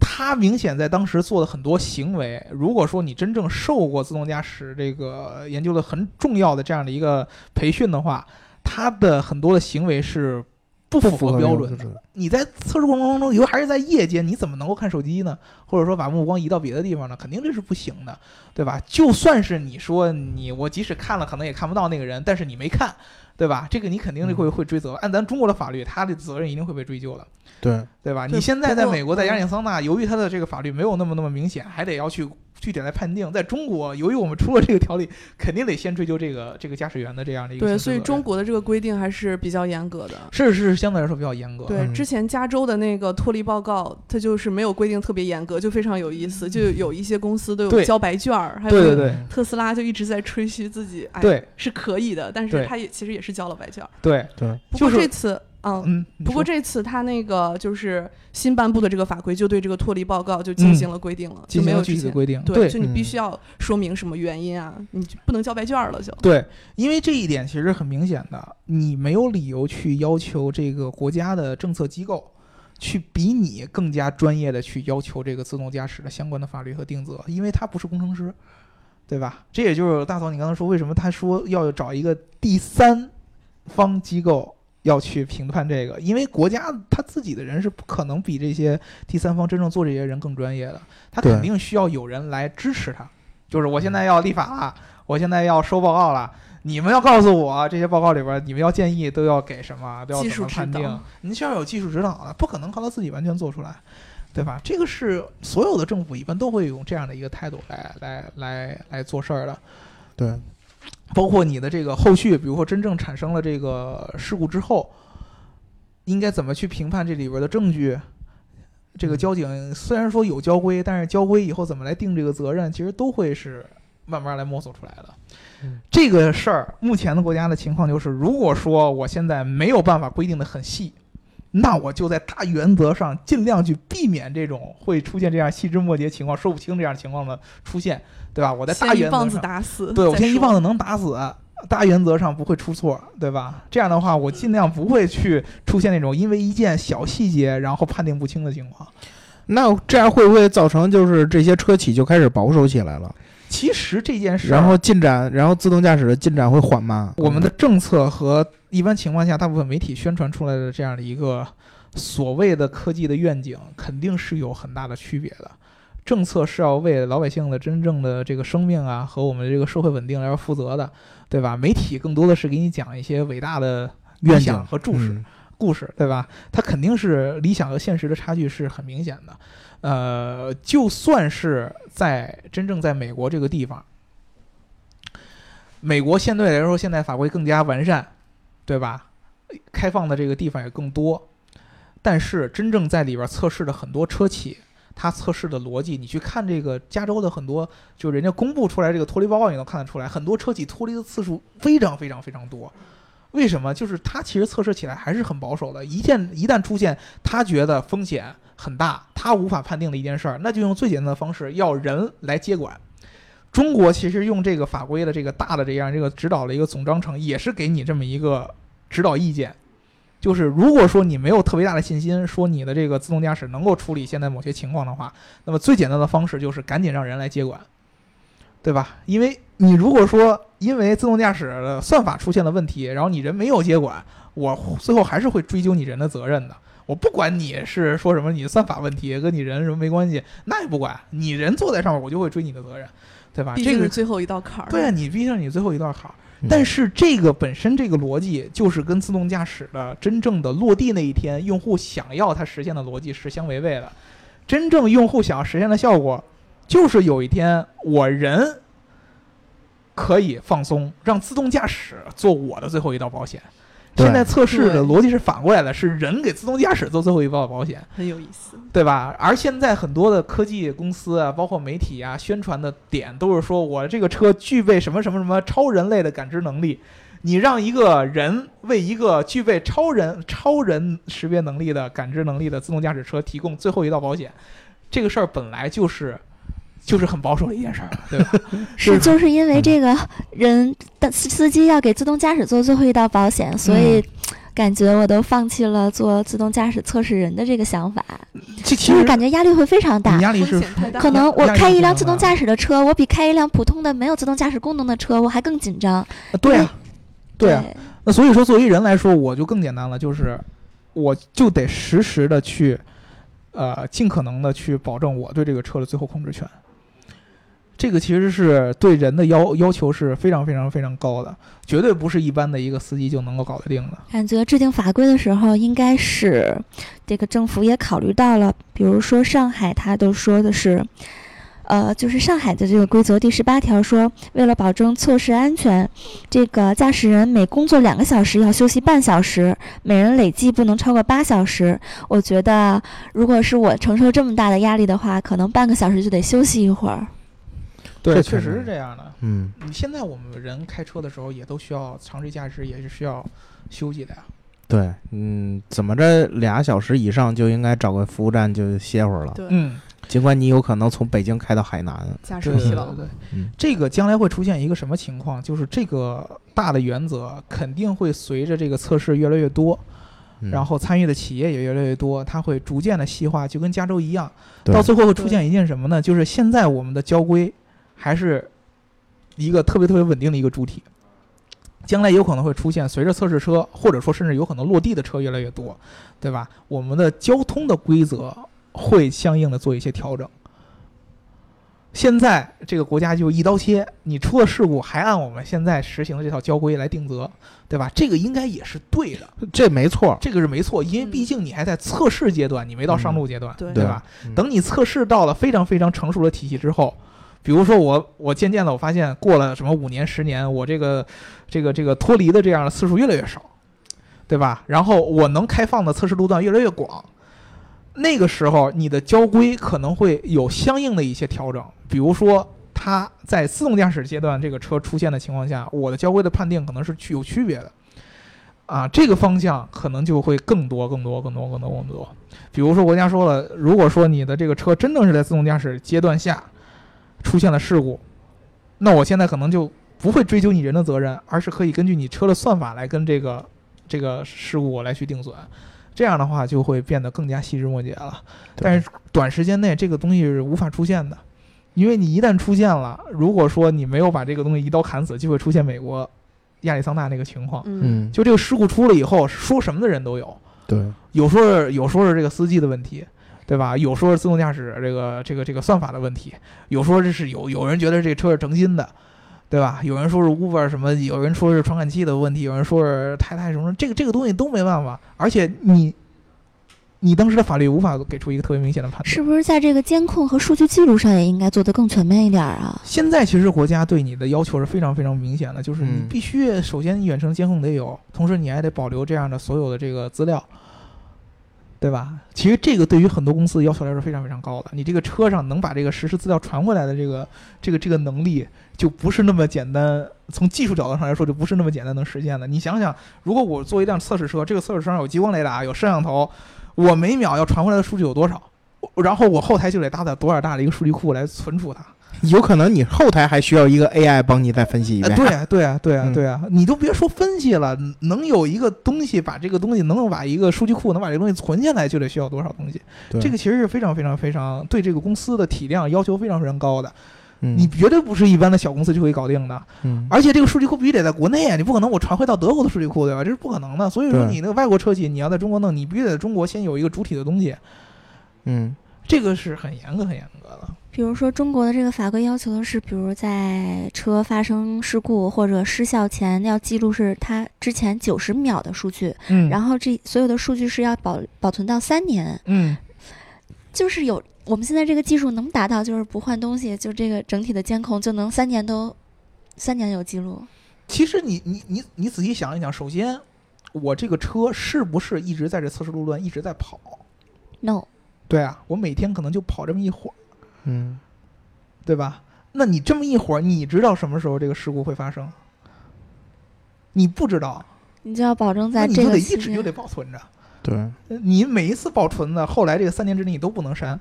Speaker 3: 他明显在当时做的很多行为，如果说你真正受过自动驾驶这个研究的很重要的这样的一个培训的话，他的很多的行为是不符合标准的。你在测试过程中，尤还是在夜间，你怎么能够看手机呢？或者说把目光移到别的地方呢？肯定这是不行的，对吧？就算是你说你我即使看了，可能也看不到那个人，但是你没看，对吧？这个你肯定
Speaker 1: 嗯
Speaker 3: 是会会追责。按咱中国的法律，他的责任一定会被追究的，
Speaker 2: 对，
Speaker 3: 对吧？
Speaker 1: 对
Speaker 3: 你现在在
Speaker 1: 不过嗯
Speaker 3: 美国，在亚利桑那，由于他的这个法律没有那么那么明显，还得要去具体来判定。在中国，由于我们出了这个条例，肯定得先追究这个这个驾驶员的这样的一个
Speaker 1: 对，
Speaker 3: 刑事
Speaker 1: 所以
Speaker 3: 责任
Speaker 1: 中国的这个规定还是比较严格的。
Speaker 3: 是是相对来说比较严格。
Speaker 1: 对，
Speaker 2: 嗯
Speaker 1: 之前加州的那个脱离报告，它就是没有规定特别严格，就非常有意思，就有一些公司都有
Speaker 3: 对
Speaker 1: 交白卷儿，还有
Speaker 3: 对对对
Speaker 2: 嗯
Speaker 1: 特斯拉就一直在吹嘘自己，哎，
Speaker 3: 对
Speaker 1: 是可以的，但是
Speaker 3: 对
Speaker 1: 它也其实也是交了白卷儿。
Speaker 3: 对，
Speaker 2: 对，
Speaker 1: 不过
Speaker 3: 就是
Speaker 1: 这次，嗯。
Speaker 3: 嗯，你
Speaker 1: 不过
Speaker 3: 说
Speaker 1: 这次它那个就是新颁布的这个法规，就对这个脱离报告就进行了规定了，就
Speaker 3: 嗯进
Speaker 1: 没
Speaker 3: 行
Speaker 1: 有
Speaker 3: 了
Speaker 1: 之
Speaker 3: 具体的
Speaker 1: 前
Speaker 3: 规定，
Speaker 1: 对，就你必
Speaker 2: 嗯
Speaker 1: 须要说明什么原因啊，你就不能交白卷儿了就。
Speaker 3: 对，因为这一点其实很明显的，你没有理由去要求这个国家的政策机构去比你更加专业的去要求这个自动驾驶的相关的法律和定责，因为他不是工程师，对吧？这也就是大嫂你刚才说为什么他说要找一个第三方机构。要去评判这个，因为国家他自己的人是不可能比这些第三方真正做这些人更专业的，他
Speaker 2: 对
Speaker 3: 肯定需要有人来支持他。就是我现在要立法了，我现在要收报告了，你们要告诉我这些报告里边，你们要建议都要给什么，都要
Speaker 1: 技
Speaker 3: 怎
Speaker 1: 术
Speaker 3: 么判
Speaker 1: 指
Speaker 3: 定
Speaker 1: 导？
Speaker 3: 您需要有技术指导的，不可能靠他自己完全做出来，对吧？这个是所有的政府一般都会用这样的一个态度来来来来做事儿的。
Speaker 2: 对，
Speaker 3: 包括你的这个后续，比如说真正产生了这个事故之后，应该怎么去评判这里边的证据？这个交警虽然说有交规，但是交规以后怎么来定这个责任，其实都会是慢慢来摸索出来的。
Speaker 2: 嗯
Speaker 3: 这个事儿，目前的国家的情况就是，如果说我现在没有办法规定的很细，那我就在大原则上尽量去避免这种会出现这样细枝末节情况、说不清这样情况的出现，对吧？我在大
Speaker 1: 先一
Speaker 3: 原则
Speaker 1: 棒
Speaker 3: 上
Speaker 1: 子打死，
Speaker 3: 对我
Speaker 1: 再
Speaker 3: 先一
Speaker 1: 说
Speaker 3: 棒子能打死，大原则上不会出错，对吧？这样的话，我尽量不会去出现那种因为一件小细节然后判定不清的情况。
Speaker 2: 那这样会不会造成就是这些车企就开始保守起来了，
Speaker 3: 其实这件事儿，
Speaker 2: 然后进展，然后自动驾驶的进展会缓嗯慢？
Speaker 3: 啊我们的政策和一般情况下大部分媒体宣传出来的这样的一个所谓的科技的愿景，肯定是有很大的区别的。政策是要为老百姓的真正的这个生命啊和我们这个社会稳定而负责的，对吧？媒体更多的是给你讲一些伟大的
Speaker 2: 愿
Speaker 3: 理
Speaker 2: 景
Speaker 3: 想和注视、
Speaker 2: 嗯
Speaker 3: 故事，对吧？它肯定是理想和现实的差距是很明显的。呃，就算是在真正在美国这个地方，美国相对来说现在法规更加完善，对吧？开放的这个地方也更多，但是真正在里边测试的很多车企，它测试的逻辑，你去看这个加州的很多，就人家公布出来这个脱离报告，你能看得出来，很多车企脱离的次数非常非常非常多。为什么？就是它其实测试起来还是很保守的，一见一旦出现他觉得风险很大，他无法判定的一件事儿，那就用最简单的方式，要人来接管。中国其实用这个法规的这个大的这样这个指导的一个总章程，也是给你这么一个指导意见，就是如果说你没有特别大的信心，说你的这个自动驾驶能够处理现在某些情况的话，那么最简单的方式就是赶紧让人来接管，对吧？因为你如果说因为自动驾驶的算法出现了问题，然后你人没有接管，我最后还是会追究你人的责任的。我不管你是说什么，你的算法问题跟你人什么没关系，那也不管，你人坐在上面，我就会追你的责任，对吧？
Speaker 1: 毕
Speaker 3: 这
Speaker 1: 竟
Speaker 3: 个
Speaker 1: 是最后一道坎儿。
Speaker 3: 对啊，你毕竟你最后一道坎儿。
Speaker 2: 嗯
Speaker 3: 但是这个本身这个逻辑就是跟自动驾驶的真正的落地那一天，用户想要它实现的逻辑是相违背的。真正用户想要实现的效果，就是有一天我人可以放松，让自动驾驶做我的最后一道保险。
Speaker 2: 对
Speaker 3: 现在测试的
Speaker 1: 对
Speaker 3: 逻辑是反过来的，是人给自动驾驶做最后一道保险。
Speaker 1: 很有意思。
Speaker 3: 对吧？而现在很多的科技公司啊，包括媒体啊，宣传的点都是说我这个车具备什么什么什么超人类的感知能力。你让一个人为一个具备超人超人识别能力的感知能力的自动驾驶车提供最后一道保险，这个事儿本来就是就是很保守的一件事儿，对吧？
Speaker 4: 是就是因为
Speaker 2: 嗯
Speaker 4: 这个人的司司机要给自动驾驶做最后一道保险，所以
Speaker 3: 嗯
Speaker 4: 感觉我都放弃了做自动驾驶测试人的这个想法，
Speaker 3: 这其
Speaker 4: 就是
Speaker 3: 实
Speaker 4: 感觉压力会非常大
Speaker 3: 你。压力
Speaker 1: 风
Speaker 3: 是
Speaker 1: 险太大
Speaker 4: 可能我
Speaker 3: 压力
Speaker 4: 开
Speaker 3: 是
Speaker 4: 一辆
Speaker 3: 非常
Speaker 4: 自动
Speaker 3: 大
Speaker 4: 驾驶的车，我比开一辆普通的没有自动驾驶功能的车，我还更紧张。
Speaker 3: 对啊，对啊，那所以说，作为人来说，我就更简单了，就是我就得实时的去，呃，尽可能的去保证我对这个车的最后控制权。这个其实是对人的要要求是非常非常非常高的，绝对不是一般的一个司机就能够搞得定的。
Speaker 4: 感觉制定法规的时候，应该是这个政府也考虑到了，比如说上海，它都说的是，呃，就是上海的这个规则第十八条说，为了保证测试安全，这个驾驶人每工作两个小时要休息半小时，每人累计不能超过八小时。我觉得，如果是我承受这么大的压力的话，可能半个小时就得休息一会儿。
Speaker 2: 对
Speaker 3: 这确
Speaker 2: 可
Speaker 3: 实
Speaker 2: 能
Speaker 3: 是这样的。
Speaker 2: 嗯，
Speaker 3: 你现在我们人开车的时候也都需要长期驾驶，也是需要休息的呀。
Speaker 2: 对，嗯，怎么着俩小时以上就应该找个服务站就歇会儿了，
Speaker 1: 对，
Speaker 3: 嗯，
Speaker 2: 尽管你有可能从北京开到海南。
Speaker 1: 驾驶
Speaker 3: 对
Speaker 1: 疲
Speaker 3: 对
Speaker 1: 劳
Speaker 3: 对，对
Speaker 2: 嗯
Speaker 3: 这个将来会出现一个什么情况？就是这个大的原则肯定会随着这个测试越来越多，
Speaker 2: 嗯
Speaker 3: 然后参与的企业也越来越多，它会逐渐的细化，就跟加州一样，
Speaker 2: 对
Speaker 3: 到最后会出现一件什么呢？就是现在我们的交规还是一个特别特别稳定的一个主体。将来有可能会出现，随着测试车或者说甚至有可能落地的车越来越多，对吧？我们的交通的规则会相应的做一些调整。现在这个国家就一刀切，你出了事故还按我们现在实行的这套交规来定责，对吧？这个应该也是对的，
Speaker 2: 这没错，
Speaker 3: 这个是没错，因为
Speaker 1: 嗯
Speaker 3: 毕竟你还在测试阶段，你没到上路阶段，
Speaker 1: 对
Speaker 3: 对吧？
Speaker 2: 嗯
Speaker 3: 等你测试到了非常非常成熟的体系之后，比如说我我渐渐的我发现过了什么五年十年，我这个这个这个脱离的这样的次数越来越少，对吧？然后我能开放的测试路段越来越广，那个时候你的交规可能会有相应的一些调整，比如说。它在自动驾驶阶段，这个车出现的情况下，我的交规的判定可能是具有区别的，啊，这个方向可能就会更多、更多、更多、更多、更多。比如说国家说了，如果说你的这个车真正是在自动驾驶阶段下出现了事故，那我现在可能就不会追究你人的责任，而是可以根据你车的算法来跟这个这个事故来去定损。这样的话就会变得更加细枝末节了。
Speaker 2: 对
Speaker 3: 但是短时间内这个东西是无法出现的，因为你一旦出现了，如果说你没有把这个东西一刀砍死，就会出现美国亚利桑那那个情况。
Speaker 1: 嗯，
Speaker 2: 嗯，
Speaker 3: 就这个事故出了以后，说什么的人都有，
Speaker 2: 对，
Speaker 3: 有说是有说是这个司机的问题，对吧？有说是自动驾驶这个这个这个算法的问题，有说这是有有人觉得这车是成心的，对吧？有人说是 Uber 什么，有人说是传感器的问题，有人说是太太什么，这个这个东西都没办法。而且你你当时的法律无法给出一个特别明显的判断。
Speaker 4: 是不是在这个监控和数据记录上也应该做得更全面一点儿啊？
Speaker 3: 现在其实国家对你的要求是非常非常明显的，就是你
Speaker 2: 嗯
Speaker 3: 必须首先远程监控得有，同时你还得保留这样的所有的这个资料，对吧？其实这个对于很多公司的要求来说非常非常高的，你这个车上能把这个实时资料传回来的这个这个这个能力，就不是那么简单。从技术角度上来说，就不是那么简单能实现的。你想想，如果我做一辆测试车，这个测试车上有激光雷达、有摄像头，我每秒要传回来的数据有多少？我然后我后台就得搭载多少大的一个数据库来存储它？
Speaker 2: 有可能你后台还需要一个 AI 帮你再分析一
Speaker 3: 哎，
Speaker 2: 遍。
Speaker 3: 对啊，对啊，对啊，
Speaker 2: 嗯
Speaker 3: 对啊，你都别说分析了，能有一个东西把这个东西能够把一个数据库能把这个东西存下来，就得需要多少东西？
Speaker 2: 对
Speaker 3: 这个其实是非常非常非常对这个公司的体量要求非常非常高的，
Speaker 2: 嗯
Speaker 3: 你绝对不是一般的小公司就可以搞定的。
Speaker 2: 嗯
Speaker 3: 而且这个数据库必须得在国内啊，你不可能我传回到德国的数据库对吧？这是不可能的。所以说
Speaker 2: 对
Speaker 3: 你那个外国车企你要在中国弄，你必须得在中国先有一个主体的东西，
Speaker 2: 嗯
Speaker 3: 这个是很严格很严格的。
Speaker 4: 比如说，中国的这个法规要求的是，比如在车发生事故或者失效前，要记录是它之前九十秒的数据，
Speaker 3: 嗯
Speaker 4: 然
Speaker 3: 后
Speaker 4: 后这所有的数据是要保保存到三年。
Speaker 3: 嗯，
Speaker 4: 就是有我们现在这个技术能达到，就是不换东西，就这个整体的监控就能三年都三年有记录。
Speaker 3: 其实你你你你仔细想一想，首先，我这个车是不是一直在这测试路段一直在跑？
Speaker 4: No，
Speaker 3: 对啊，我每天可能就跑这么一会儿，
Speaker 2: 嗯，
Speaker 3: 对吧？那你这么一会儿，你知道什么时候这个事故会发生？你不知道，
Speaker 4: 你就要保证
Speaker 3: 那
Speaker 4: 在
Speaker 3: 你
Speaker 4: 这
Speaker 3: 就
Speaker 4: 个
Speaker 3: 得
Speaker 4: 期
Speaker 3: 一直就
Speaker 4: 间
Speaker 3: 得保存着。
Speaker 2: 对，
Speaker 3: 你每一次保存的，后来这个三年之内你都不能删，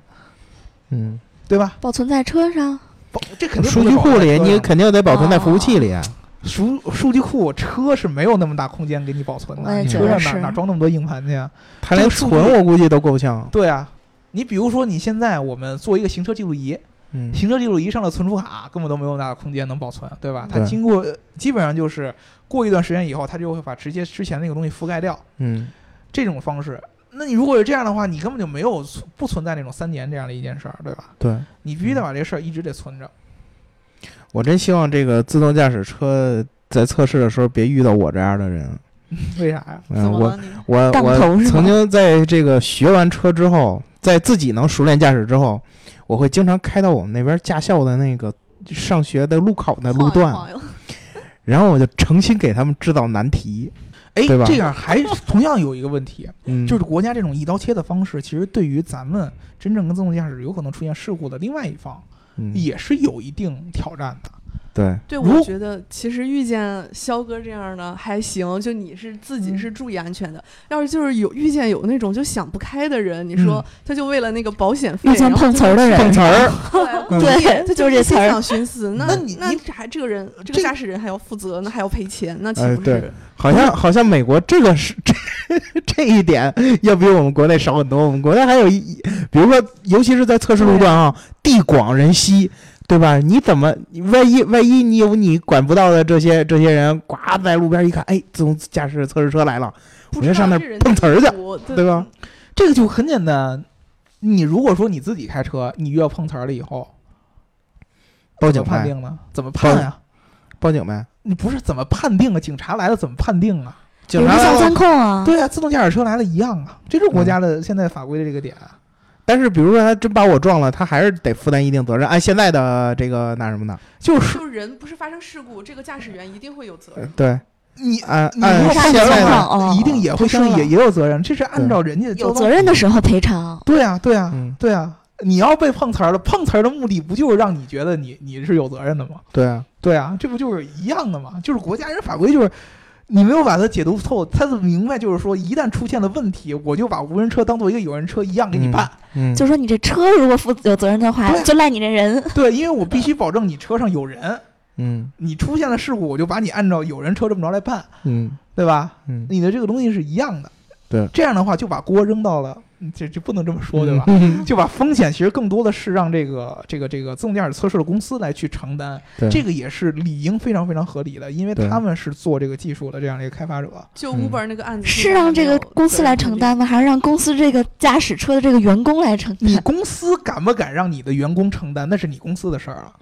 Speaker 2: 嗯，
Speaker 3: 对吧？
Speaker 4: 保存在车上。
Speaker 3: 保这肯定
Speaker 2: 数
Speaker 3: 不
Speaker 2: 据
Speaker 3: 能保啊
Speaker 2: 库
Speaker 3: 在
Speaker 2: 里
Speaker 3: 车
Speaker 2: 你
Speaker 3: 上
Speaker 2: 肯定得保存在服务器里啊。
Speaker 3: 数数据库车是没有那么大空间给你保存
Speaker 4: 我
Speaker 3: 的，
Speaker 4: 也
Speaker 3: 你
Speaker 2: 觉
Speaker 3: 车
Speaker 4: 得
Speaker 3: 上哪
Speaker 4: 是
Speaker 3: 哪装那么多硬盘去啊？
Speaker 2: 他
Speaker 3: 这
Speaker 2: 连
Speaker 3: 个数据
Speaker 2: 存我估计都够呛。
Speaker 3: 对啊，你比如说你现在我们做一个行车记录仪，
Speaker 2: 嗯
Speaker 3: 行车记录仪上的存储卡根本都没有那个空间能保存，对吧？它
Speaker 2: 对
Speaker 3: 经过呃基本上就是过一段时间以后，它就会把直接之前那个东西覆盖掉，
Speaker 2: 嗯
Speaker 3: 这种方式。那你如果是这样的话，你根本就没有存不存在那种三年这样的一件事儿，对吧？
Speaker 2: 对。
Speaker 3: 你必须得把这事儿一直得存着。
Speaker 2: 我真希望这个自动驾驶车在测试的时候别遇到我这样的人。
Speaker 3: 为啥呀？
Speaker 1: 怎
Speaker 2: 嗯，
Speaker 1: 么
Speaker 2: 我
Speaker 1: 了你？
Speaker 2: 我
Speaker 4: 当
Speaker 2: 我
Speaker 4: 头是吗
Speaker 2: 曾经在这个学完车之后，在自己能熟练驾驶之后，我会经常开到我们那边驾校的那个上学的路考的路
Speaker 1: 晃悠
Speaker 2: 段，
Speaker 1: 晃
Speaker 4: [LAUGHS]
Speaker 1: 悠
Speaker 2: 然后我就诚心给他们制造难题。
Speaker 3: 哎，
Speaker 2: 对吧
Speaker 3: 这样还是同样有一个问题，
Speaker 2: 嗯，
Speaker 3: 就是国家这种一刀切的方式，其实对于咱们真正跟自动驾驶有可能出现事故的另外一方，
Speaker 2: 嗯
Speaker 3: 也是有一定挑战的。
Speaker 2: 对，
Speaker 1: 对，
Speaker 3: 如
Speaker 1: 我觉得其实遇见肖哥这样的还行，就你是自己
Speaker 4: 嗯
Speaker 1: 是注意安全的。要是就是有遇见有那种就想不开的人，你说、
Speaker 3: 嗯
Speaker 1: 他就为了那个保险费，
Speaker 4: 遇见
Speaker 1: 然后
Speaker 4: 碰
Speaker 1: 就
Speaker 4: 瓷儿的人，
Speaker 2: 碰瓷
Speaker 1: [LAUGHS]
Speaker 2: 儿，
Speaker 4: [LAUGHS]
Speaker 1: 对，
Speaker 4: 对，
Speaker 1: 他
Speaker 4: 就是这
Speaker 1: 思
Speaker 4: 词儿
Speaker 1: 想。徇
Speaker 2: [LAUGHS]
Speaker 1: 私。那
Speaker 3: 那你你
Speaker 1: 这还这个人这
Speaker 3: 这
Speaker 1: 个驾驶人还要负责，那还要赔钱，那岂
Speaker 2: 哎
Speaker 1: 不
Speaker 2: 对
Speaker 1: 是？
Speaker 2: 好像好像美国这个是 [LAUGHS] 这这一点要比我们国内少很多。我们国内还有一，比如说，尤其是在测试路段啊，地广人稀，对吧？你怎么你万一万一你有你管不到的这些这些人，呱在路边一看，哎，自动驾驶测试车来了，
Speaker 1: 不
Speaker 2: 我
Speaker 1: 知
Speaker 2: 就上
Speaker 1: 道
Speaker 2: 那
Speaker 1: 这
Speaker 2: 儿
Speaker 1: 人
Speaker 2: 碰瓷儿去
Speaker 1: 的，苦
Speaker 2: 对吧？
Speaker 3: 这个就很简单。你如果说你自己开车，你遇到碰瓷儿了以后，
Speaker 2: 报
Speaker 3: 怎
Speaker 2: 警
Speaker 3: 么判
Speaker 2: 呗，
Speaker 3: 定呢？怎么判呀、
Speaker 2: 报警呗，
Speaker 3: 你不是怎么判定啊？警察来了怎么判定啊？
Speaker 4: 有
Speaker 2: 警
Speaker 4: 录
Speaker 2: 察来
Speaker 4: 像
Speaker 2: 了
Speaker 4: 监控啊，
Speaker 3: 对啊，自动驾驶车来了一样啊，这是
Speaker 2: 嗯
Speaker 3: 国家的现在法规的这个点啊。
Speaker 2: 但是比如说他真把我撞了，他还是得负担一定责任，按现在的这个那什么的，
Speaker 3: 就是
Speaker 1: 就是人不是发生事故，这个驾驶员一定会有责
Speaker 2: 呃
Speaker 1: 任。
Speaker 2: 对，
Speaker 3: 你
Speaker 2: 按
Speaker 3: 你
Speaker 2: 按
Speaker 3: 如果
Speaker 2: 啊哎现
Speaker 4: 看
Speaker 3: 碰瓷
Speaker 4: 情
Speaker 3: 儿
Speaker 2: 在的，
Speaker 4: 况
Speaker 3: 了，
Speaker 4: 哦
Speaker 3: 一定也
Speaker 4: 受
Speaker 3: 会相
Speaker 4: 伤
Speaker 3: 也也有责任，这是按照人家的交
Speaker 4: 有
Speaker 3: 通
Speaker 4: 责任的时候赔偿。
Speaker 3: 对啊，对啊，
Speaker 2: 嗯，
Speaker 3: 对啊。你要被碰瓷儿了，碰瓷儿的目的不就是让你觉得你你是有责任的吗？
Speaker 2: 对啊，
Speaker 3: 对啊，这不就是一样的吗？就是国家人法规就是。你没有把它解读透，他的明白就是说，一旦出现了问题，我就把无人车当做一个有人车一样给你办。
Speaker 2: 嗯，
Speaker 4: 就说你这车如果负有责任的话
Speaker 3: 对，嗯
Speaker 4: 就赖你这人。
Speaker 3: 对，因为我必须保证你车上有人，
Speaker 2: 嗯
Speaker 3: 你出现了事故，我就把你按照有人车这么着来办，
Speaker 2: 嗯
Speaker 3: 对吧？
Speaker 2: 嗯，
Speaker 3: 你的这个东西是一样的。
Speaker 2: 对
Speaker 3: 这样的话就把锅扔到了，嗯这就不能这么说对吧？
Speaker 2: 嗯
Speaker 3: 就把风险其实更多的是让这个这个这个自动驾驶测试的公司来去承担，
Speaker 2: 对
Speaker 3: 这个也是理应非常非常合理的，因为
Speaker 2: 对
Speaker 3: 他们是做这个技术的这样的一个开发者。
Speaker 1: 就
Speaker 2: 嗯
Speaker 1: Uber 那个案子
Speaker 4: 是让这个公司来承，担吗？还是让公司这个驾驶车的这个员工
Speaker 1: [LAUGHS]
Speaker 4: 来承
Speaker 3: 你
Speaker 4: 担？
Speaker 3: 公司敢不敢让你的员工承担，那是你公司的事儿
Speaker 1: [LAUGHS]
Speaker 3: 啊。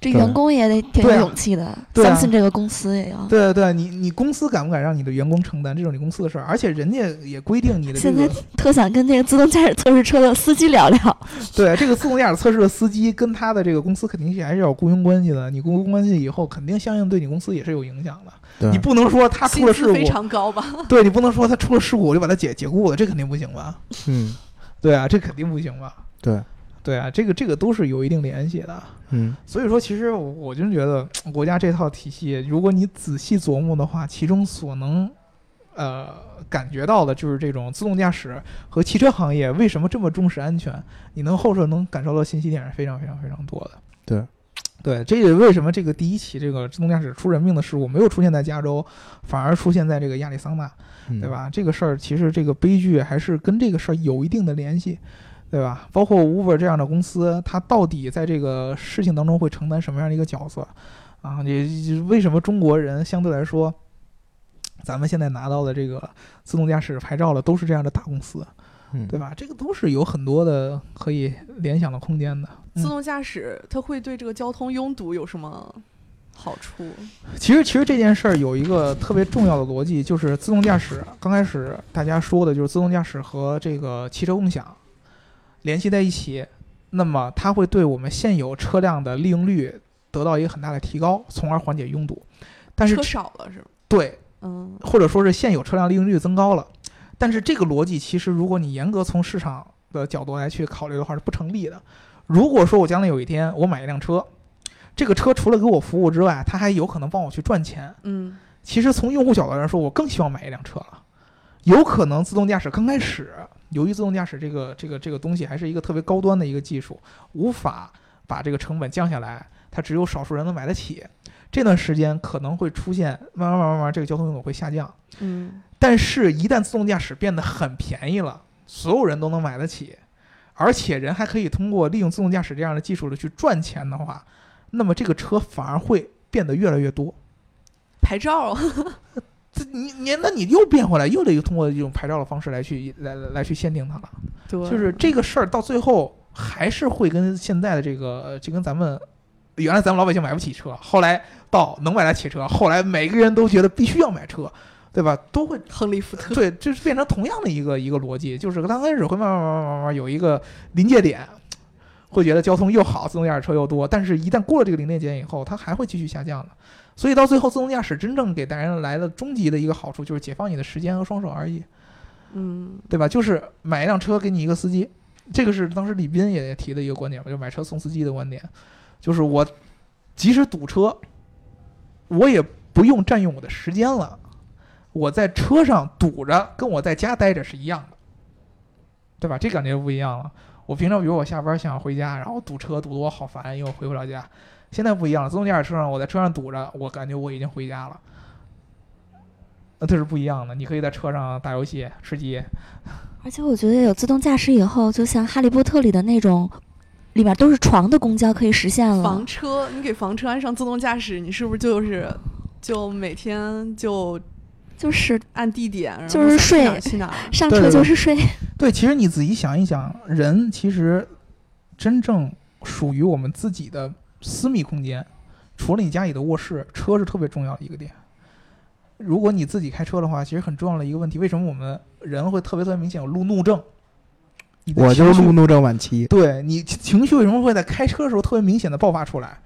Speaker 4: 这
Speaker 2: 对
Speaker 4: 员工也得挺有
Speaker 3: 对啊
Speaker 4: 勇气的，
Speaker 3: 对啊
Speaker 4: 相信这个公司也要。
Speaker 3: 对对对，你你公司敢不敢让你的员工承担这种你公司的事儿？而且人家也规定你的这
Speaker 4: 现在
Speaker 3: 个
Speaker 4: 特想跟这个自动驾驶测试车的司机聊聊，
Speaker 3: [LAUGHS] 对这个自动驾驶测试的司机跟他的这个公司肯定是还是有雇佣关系的。你雇佣关系以后，肯定相应对你公司也是有影响的。
Speaker 2: 对
Speaker 3: 你不能说他出
Speaker 1: 薪
Speaker 3: 了事
Speaker 1: 资非
Speaker 3: 故，
Speaker 1: 常高
Speaker 3: [LAUGHS]
Speaker 1: 吧？
Speaker 3: 对你不能说他出了事故我就把他解解雇了，这肯定不行吧？
Speaker 2: 嗯，
Speaker 3: 对啊，这肯定不行吧？
Speaker 2: 对，
Speaker 3: 对啊，这个这个都是有一定联系的。
Speaker 2: 嗯，
Speaker 3: 所以说，其实我我真觉得国家这套体系，如果你仔细琢磨的话，其中所能呃感觉到的就是这种自动驾驶和汽车行业为什么这么重视安全，你能后头能感受到信息点是非常非常非常多的。
Speaker 2: 对。
Speaker 3: 对，这也为什么这个第一起这个自动驾驶出人命的事故没有出现在加州，反而出现在这个亚利桑那。
Speaker 2: 嗯
Speaker 3: 对？吧？这个事儿其实这个悲剧还是跟这个事儿有一定的联系，对吧？包括 Uber 这样的公司，它到底在这个事情当中会承担什么样的一个角色啊？也也为什么中国人相对来说，咱们现在拿到的这个自动驾驶牌照了，都是这样的大公司，
Speaker 2: 嗯，
Speaker 3: 对吧？这个都是有很多的可以联想的空间的。嗯
Speaker 1: 自动驾驶它会对这个交通拥堵有什么好处？
Speaker 3: 其实，其实这件事儿有一个特别重要的逻辑，就是自动驾驶。刚开始大家说的就是自动驾驶和这个汽车共享联系在一起，那么它会对我们现有车辆的利用率得到一个很大的提高，从而缓解拥堵。但是
Speaker 1: 车少了是吗？
Speaker 3: 对，
Speaker 1: 嗯，
Speaker 3: 或者说是现有车辆利用率增高了。但是这个逻辑其实，如果你严格从市场的角度来去考虑的话，是不成立的。如果说我将来有一天我买一辆车，这个车除了给我服务之外，它还有可能帮我去赚钱。
Speaker 1: 嗯，
Speaker 3: 其实从用户角度来说，我更希望买一辆车了。有可能自动驾驶刚开始，由于自动驾驶这个这个这个东西还是一个特别高端的一个技术，无法把这个成本降下来，它只有少数人能买得起。这段时间可能会出现慢慢慢慢慢慢这个交通拥堵会下降，
Speaker 1: 嗯，
Speaker 3: 但是，一旦自动驾驶变得很便宜了，所有人都能买得起，而且人还可以通过利用自动驾驶这样的技术的去赚钱的话，那么这个车反而会变得越来越多。
Speaker 1: 牌
Speaker 3: [LAUGHS]
Speaker 1: 照
Speaker 3: 这你你那你又变回来，又得通过一种牌照的方式来去来来来去限定它了。
Speaker 1: 对，
Speaker 3: 就是这个事儿到最后还是会跟现在的这个，呃就跟咱们原来咱们老百姓买不起车，后来到能买得起车，后来每个人都觉得必须要买车，对吧？都会
Speaker 1: 亨利福 [LAUGHS] 特，
Speaker 3: 对，就是变成同样的一个一个逻辑，就是刚开始会慢慢慢慢慢慢有一个临界点，会觉得交通又好，自动驾驶车又多，但是一旦过了这个临界点以后，它还会继续下降的。所以到最后，自动驾驶真正给大家来了终极的一个好处，就是解放你的时间和双手而已，
Speaker 1: 嗯，
Speaker 3: 对吧？就是买一辆车给你一个司机，这个是当时李斌也提的一个观点嘛，就是买车送司机的观点，就是我即使堵车，我也不用占用我的时间了。我在车上堵着，跟我在家待着是一样的，对吧？这感觉不一样了。我平常比如我下班想回家，然后堵车堵得我好烦，因为我回不了家。现在不一样了，自动驾驶车上我在车上堵着，我感觉我已经回家了。那这是不一样的，你可以在车上打游戏、吃鸡，
Speaker 4: [LAUGHS] 而且我觉得有自动驾驶以后，就像《哈利波特》里的那种，里面都是床的公交可以实现
Speaker 3: 嗯
Speaker 4: 了
Speaker 1: 房。车，你给房车安上自动驾驶，你是不是就是就每天就
Speaker 4: 就是
Speaker 1: 按地点，然后
Speaker 4: 就是
Speaker 1: 想去
Speaker 4: 睡
Speaker 1: 哪儿去哪儿？
Speaker 4: 上
Speaker 3: 对
Speaker 4: 车
Speaker 3: 对
Speaker 4: 就是睡，
Speaker 3: 对，其实你仔细想一想，人其实真正属于我们自己的私密空间，除了你家里的卧室，车是特别重要的一个点。如果你自己开车的话，其实很重要的一个问题，为什么我们人会特别特别明显有路怒症？你的
Speaker 2: 我就
Speaker 3: 情
Speaker 2: 是
Speaker 3: 绪
Speaker 2: 路怒症晚期，
Speaker 3: 对你情情绪为什么会在开车的时候特别明显的爆发出来？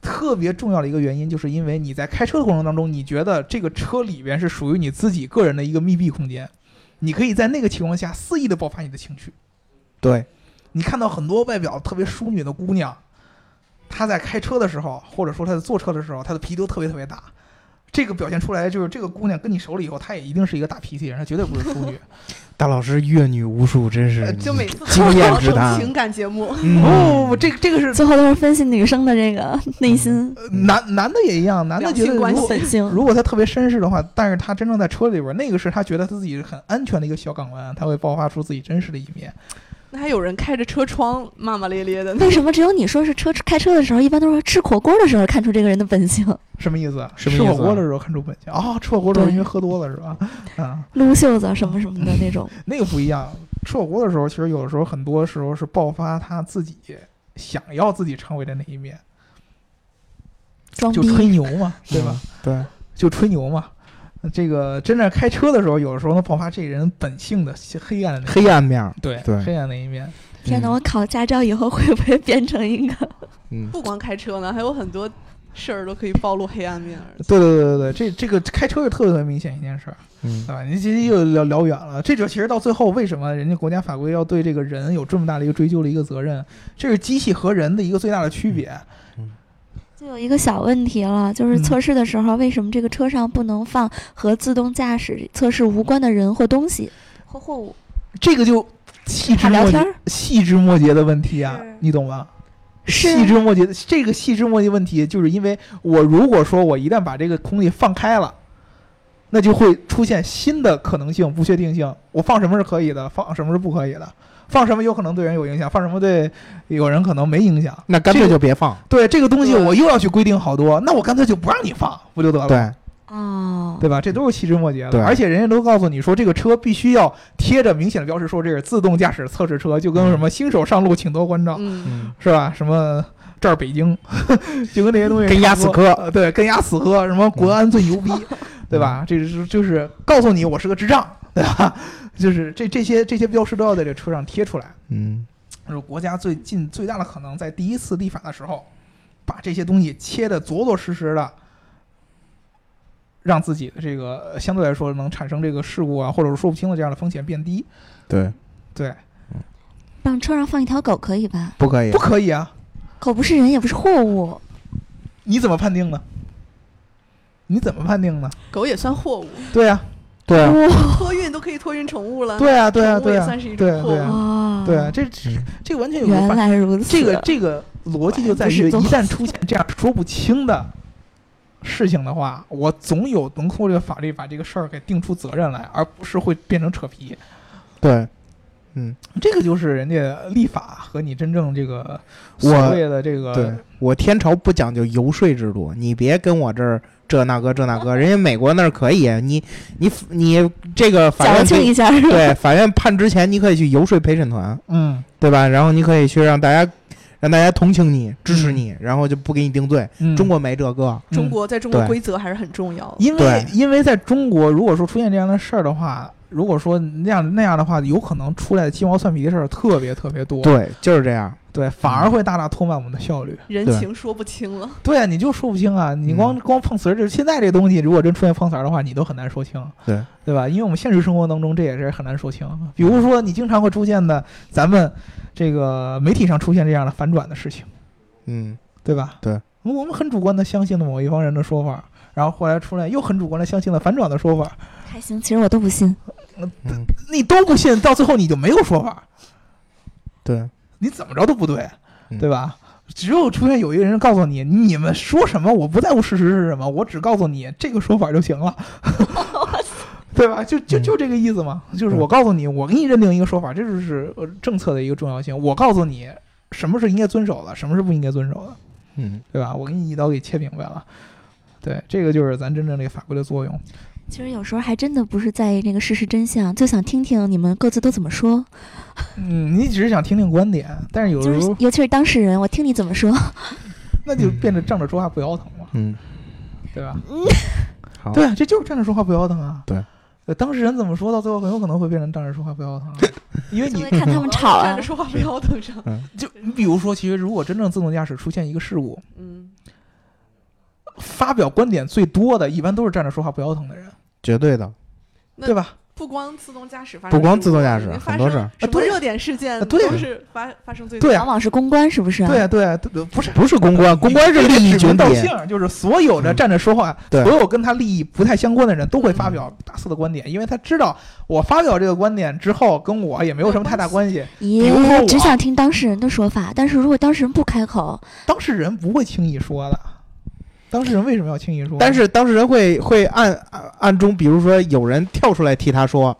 Speaker 3: 特别重要的一个原因，就是因为你在开车的过程当中，你觉得这个车里边是属于你自己个人的一个密闭空间，你可以在那个情况下肆意的爆发你的情绪。
Speaker 2: 对，
Speaker 3: 你看到很多外表特别淑女的姑娘，她在开车的时候，或者说她在坐车的时候，她的脾气都特别特别大。
Speaker 1: [LAUGHS]
Speaker 3: 这个表现出来就是这个姑娘跟你熟了以后，她也一定是一个大脾气人，她绝对不是淑女。
Speaker 2: 大老师阅女无数，真是
Speaker 1: 呃
Speaker 3: [LAUGHS]
Speaker 1: 就每次
Speaker 2: 经验之谈
Speaker 1: 情感节目，
Speaker 2: 嗯
Speaker 3: 不不哦不，这个这个
Speaker 4: [LAUGHS]
Speaker 3: 是
Speaker 4: 最后都是分析女生的这个内心
Speaker 3: 呃男男的也一样，男的
Speaker 1: 两
Speaker 3: 觉
Speaker 1: 性
Speaker 3: 得如
Speaker 1: 关
Speaker 3: 果
Speaker 1: 系
Speaker 4: 本
Speaker 2: 嗯
Speaker 4: 性。
Speaker 3: 如果他特别绅士的话，但是他真正在车里边，那个是他觉得他自己很安全的一个小港湾，他会爆发出自己真实的一面。
Speaker 1: 那还有人开着车窗骂骂咧咧的呢，
Speaker 4: 为什么只有你说是车开车的时候，一般都是吃火锅的时候看出这个人的本性？
Speaker 3: 什么意思啊？
Speaker 2: 什么
Speaker 3: 吃
Speaker 2: 意思
Speaker 3: 火
Speaker 2: 啊
Speaker 3: 锅的时候看出本性哦，吃火锅的时候
Speaker 4: 对
Speaker 3: 因为喝多了是
Speaker 2: [LAUGHS]
Speaker 3: 吧？啊，
Speaker 4: 撸袖子什么什么的那种。
Speaker 3: 那个不一样。吃火锅的时候，其实有的时候很多时候是爆发他自己想要自己成为的那一面，
Speaker 4: 装
Speaker 3: 就
Speaker 4: 逼，
Speaker 3: 吹牛
Speaker 2: [LAUGHS]
Speaker 3: 嘛，对吧？
Speaker 2: 嗯？对，
Speaker 3: 就吹牛嘛。这个真正开车的时候，有的时候能爆发这人本性的黑暗的那一面
Speaker 2: 黑暗面儿，
Speaker 3: 对
Speaker 2: 对
Speaker 3: 黑暗那一面。
Speaker 4: 天哪！
Speaker 2: 嗯
Speaker 4: 我考驾照以后会不会变成一个？
Speaker 2: 嗯，
Speaker 1: 不光开车呢，还有很多事儿都可以暴露黑暗面儿。
Speaker 3: 对对对对对，这这个开车是特别特别明显一件事儿，
Speaker 2: 嗯
Speaker 3: 对，吧？你这又聊聊远了，这就其实到最后，为什么人家国家法规要对这个人有这么大的一个追究的一个责任？这是机器和人的一个最大的区别。
Speaker 4: 就有一个小问题了，就是
Speaker 3: 嗯
Speaker 4: 测试的时候，为什么这个车上不能放和自动驾驶测试无关的人或东西或货物？
Speaker 3: 这个就细枝
Speaker 4: 怕聊
Speaker 3: 末
Speaker 4: 天
Speaker 3: 节、
Speaker 4: 儿
Speaker 3: 细枝末节的问题啊
Speaker 4: 是，
Speaker 3: 你懂吗？
Speaker 4: 是啊
Speaker 3: 细枝末节的这个细枝末节问题，就是因为我如果说我一旦把这个空气放开了，那就会出现新的可能性、不确定性。我放什么是可以的，放什么是不可以的，放什么有可能对人有影响，放什么对有人可能没影响。
Speaker 2: 那干脆
Speaker 3: 这个
Speaker 2: 就别放。
Speaker 3: 对这个东西，
Speaker 1: 对
Speaker 3: 我又要去规定好多，那我干脆就不让你放，不就得了？
Speaker 2: 对，
Speaker 4: 哦，
Speaker 3: 对吧？这都是细枝末节
Speaker 2: 对
Speaker 3: 的，而且人家都告诉你说，这个车必须要贴着明显的标识，说这是自动驾驶测试车，就跟什么新手上路请多关照，
Speaker 1: 嗯，
Speaker 2: 嗯，
Speaker 3: 是吧？什么这儿北京， [LAUGHS] 就跟这些东西
Speaker 2: 跟鸭
Speaker 3: 差不
Speaker 2: 死
Speaker 3: 多
Speaker 2: 磕，嗯
Speaker 3: 呃对，跟鸭死磕，什么国安最牛逼， [LAUGHS] 对吧？这是就是告诉你我是个智障，对吧？ [LAUGHS] 就是这这些这些标识都要在这车上贴出来。
Speaker 2: 嗯
Speaker 3: 就是国家最近最大的可能在第一次立法的时候，把这些东西切得着着实实的，让自己的这个呃相对来说能产生这个事故啊，或者是说不清的这样的风险变低。
Speaker 2: 对，
Speaker 3: 对，
Speaker 4: 让车上放一条狗可以吧？
Speaker 2: 不可以
Speaker 3: 不，可以啊！
Speaker 4: 狗不是人，也不是货物，
Speaker 3: 你怎么判定呢？你怎么判定呢？
Speaker 1: 狗也算
Speaker 4: [LAUGHS]
Speaker 1: 货物，
Speaker 3: 对啊，
Speaker 2: 对啊，
Speaker 1: 托运都可以托运宠物了。
Speaker 3: 对啊，对啊，
Speaker 1: 宠物
Speaker 3: 对
Speaker 1: 也
Speaker 3: 啊，
Speaker 1: 算是一
Speaker 3: 对
Speaker 1: 种
Speaker 3: 啊，
Speaker 1: 货物
Speaker 3: 对啊，
Speaker 4: 哦，
Speaker 3: 对啊，，这这
Speaker 2: 嗯
Speaker 3: 这完全有个
Speaker 4: 原
Speaker 3: 反
Speaker 4: 来如此。
Speaker 3: 这个这个逻辑就在于，一旦出现这样说不清的事情的话，我总有能通过这个法律把这个事儿给定出责任来，而不是会变成扯皮。
Speaker 2: 对，嗯，
Speaker 3: 这个就是人家立法和你真正这个
Speaker 2: 我
Speaker 3: 所谓的这
Speaker 2: 对
Speaker 3: 个
Speaker 2: 我天朝不讲究游说制度，你别跟我这儿这那个这那个，人家美国那儿可以，你你你这个法
Speaker 4: 矫
Speaker 2: 院
Speaker 4: 情
Speaker 2: 给
Speaker 4: 一下是吧？
Speaker 2: 对法院判之前，你可以去游说陪审团，
Speaker 3: 嗯
Speaker 2: 对吧？然后你可以去让大家让大家同情你、支持你，然后就不给你定罪。
Speaker 3: 嗯
Speaker 2: 中国没这个，
Speaker 3: 嗯
Speaker 1: 中国在中国
Speaker 2: 对
Speaker 1: 规则还是很重要的。
Speaker 3: 因为
Speaker 2: 对
Speaker 3: 因为在中国，如果说出现这样的事儿的话，如果说那样那样的话，有可能出来的鸡毛蒜皮的事儿特别特别多，
Speaker 2: 对，就是这样。
Speaker 3: 对，反而会大大拖慢我们的效率。
Speaker 1: 人
Speaker 2: 对
Speaker 1: 情说不清了，
Speaker 3: 对啊，你就说不清啊！你光、
Speaker 2: 嗯
Speaker 3: 光碰瓷儿，就是现在这东西，如果真出现碰瓷儿的话，你都很难说清，
Speaker 2: 对
Speaker 3: 对吧？因为我们现实生活当中这也是很难说清。比如说，你经常会出现
Speaker 2: 嗯
Speaker 3: 的，咱们这个媒体上出现这样的反转的事情，
Speaker 2: 嗯，
Speaker 3: 对吧？
Speaker 2: 对，
Speaker 3: 我们很主观的相信了某一方人的说法，然后后来出来又很主观的相信了反转的说法，
Speaker 4: 还行，其实我都不信。
Speaker 2: 嗯
Speaker 3: 你都不信，到最后你就没有说法，
Speaker 2: 对，
Speaker 3: 你怎么着都不对，
Speaker 2: 嗯
Speaker 3: 对吧？只有出现有一个人告诉你，你们说什么，我不在乎事实是什么，我只告诉你这个说法就行
Speaker 4: [LAUGHS]
Speaker 3: 了， [LAUGHS] 对吧？就就
Speaker 2: 嗯
Speaker 3: 就这个意思嘛，就是
Speaker 2: 对
Speaker 3: 我告诉你，我给你认定一个说法，这就是呃政策的一个重要性。我告诉你什么是应该遵守的，什么是不应该遵守的，
Speaker 2: 嗯，
Speaker 3: 对吧？我给你一刀给切明白了。对，这个就是咱真正这个法规的作用。
Speaker 4: 其实有时候还真的不是在意那个事实真相，就想听听你们各自都怎么说。
Speaker 3: 嗯，你只是想听听观点，但是有
Speaker 4: 就
Speaker 3: 时
Speaker 4: 是
Speaker 3: 候
Speaker 4: 尤其是当事人，我听你怎么说。
Speaker 3: 那就变得站着说话不腰疼嘛，
Speaker 2: 嗯，
Speaker 3: 对吧？
Speaker 2: 好，
Speaker 3: 对，啊，这就是站着说话不腰疼啊。
Speaker 2: 对
Speaker 3: 呃，当事人怎么说到最后，很有可能会变成站着说话不腰疼啊， [LAUGHS] 因为
Speaker 4: 就
Speaker 3: 你
Speaker 4: 会看
Speaker 1: [LAUGHS]
Speaker 4: 他们吵
Speaker 1: 站
Speaker 4: 啊
Speaker 1: 着，说话不腰疼上。
Speaker 4: [LAUGHS]
Speaker 3: 就你比如说，其实如果真正自动驾驶出现一个事故，
Speaker 1: 嗯，
Speaker 3: 发表观点最多的一般都是站着说话不腰疼的人，
Speaker 2: 绝对的，
Speaker 1: 那
Speaker 3: 对吧？
Speaker 1: 不光自动驾驶发生事故，
Speaker 2: 不光自动驾驶
Speaker 1: 你，发
Speaker 2: 很多
Speaker 1: 生
Speaker 2: 事儿
Speaker 1: 什么
Speaker 3: 对
Speaker 1: 热点事件
Speaker 3: 啊
Speaker 1: 都
Speaker 3: 对
Speaker 1: 是发发生最多。
Speaker 3: 对
Speaker 4: 往
Speaker 3: 啊，
Speaker 4: 往是公关，是不是？
Speaker 3: 对啊，对啊，对不是
Speaker 2: 不是公
Speaker 3: [LAUGHS]
Speaker 2: 关，公关是利益
Speaker 3: 指
Speaker 2: 群
Speaker 3: 名道
Speaker 2: 体
Speaker 3: 姓，，就是所有的站着说话，
Speaker 2: 对嗯
Speaker 3: 所有跟他利益不太相关的人都会发表大肆的观点，因为他知道我发表这个观点之后跟我也没有什么太大关系，比如说我
Speaker 4: 咦，只想听当事人的说法，但是如果当事人不开口，
Speaker 3: 当事人不会轻易说的。当事人为什么要轻易说？
Speaker 2: 但是当事人会会暗暗暗中，比如说有人跳出来替他说，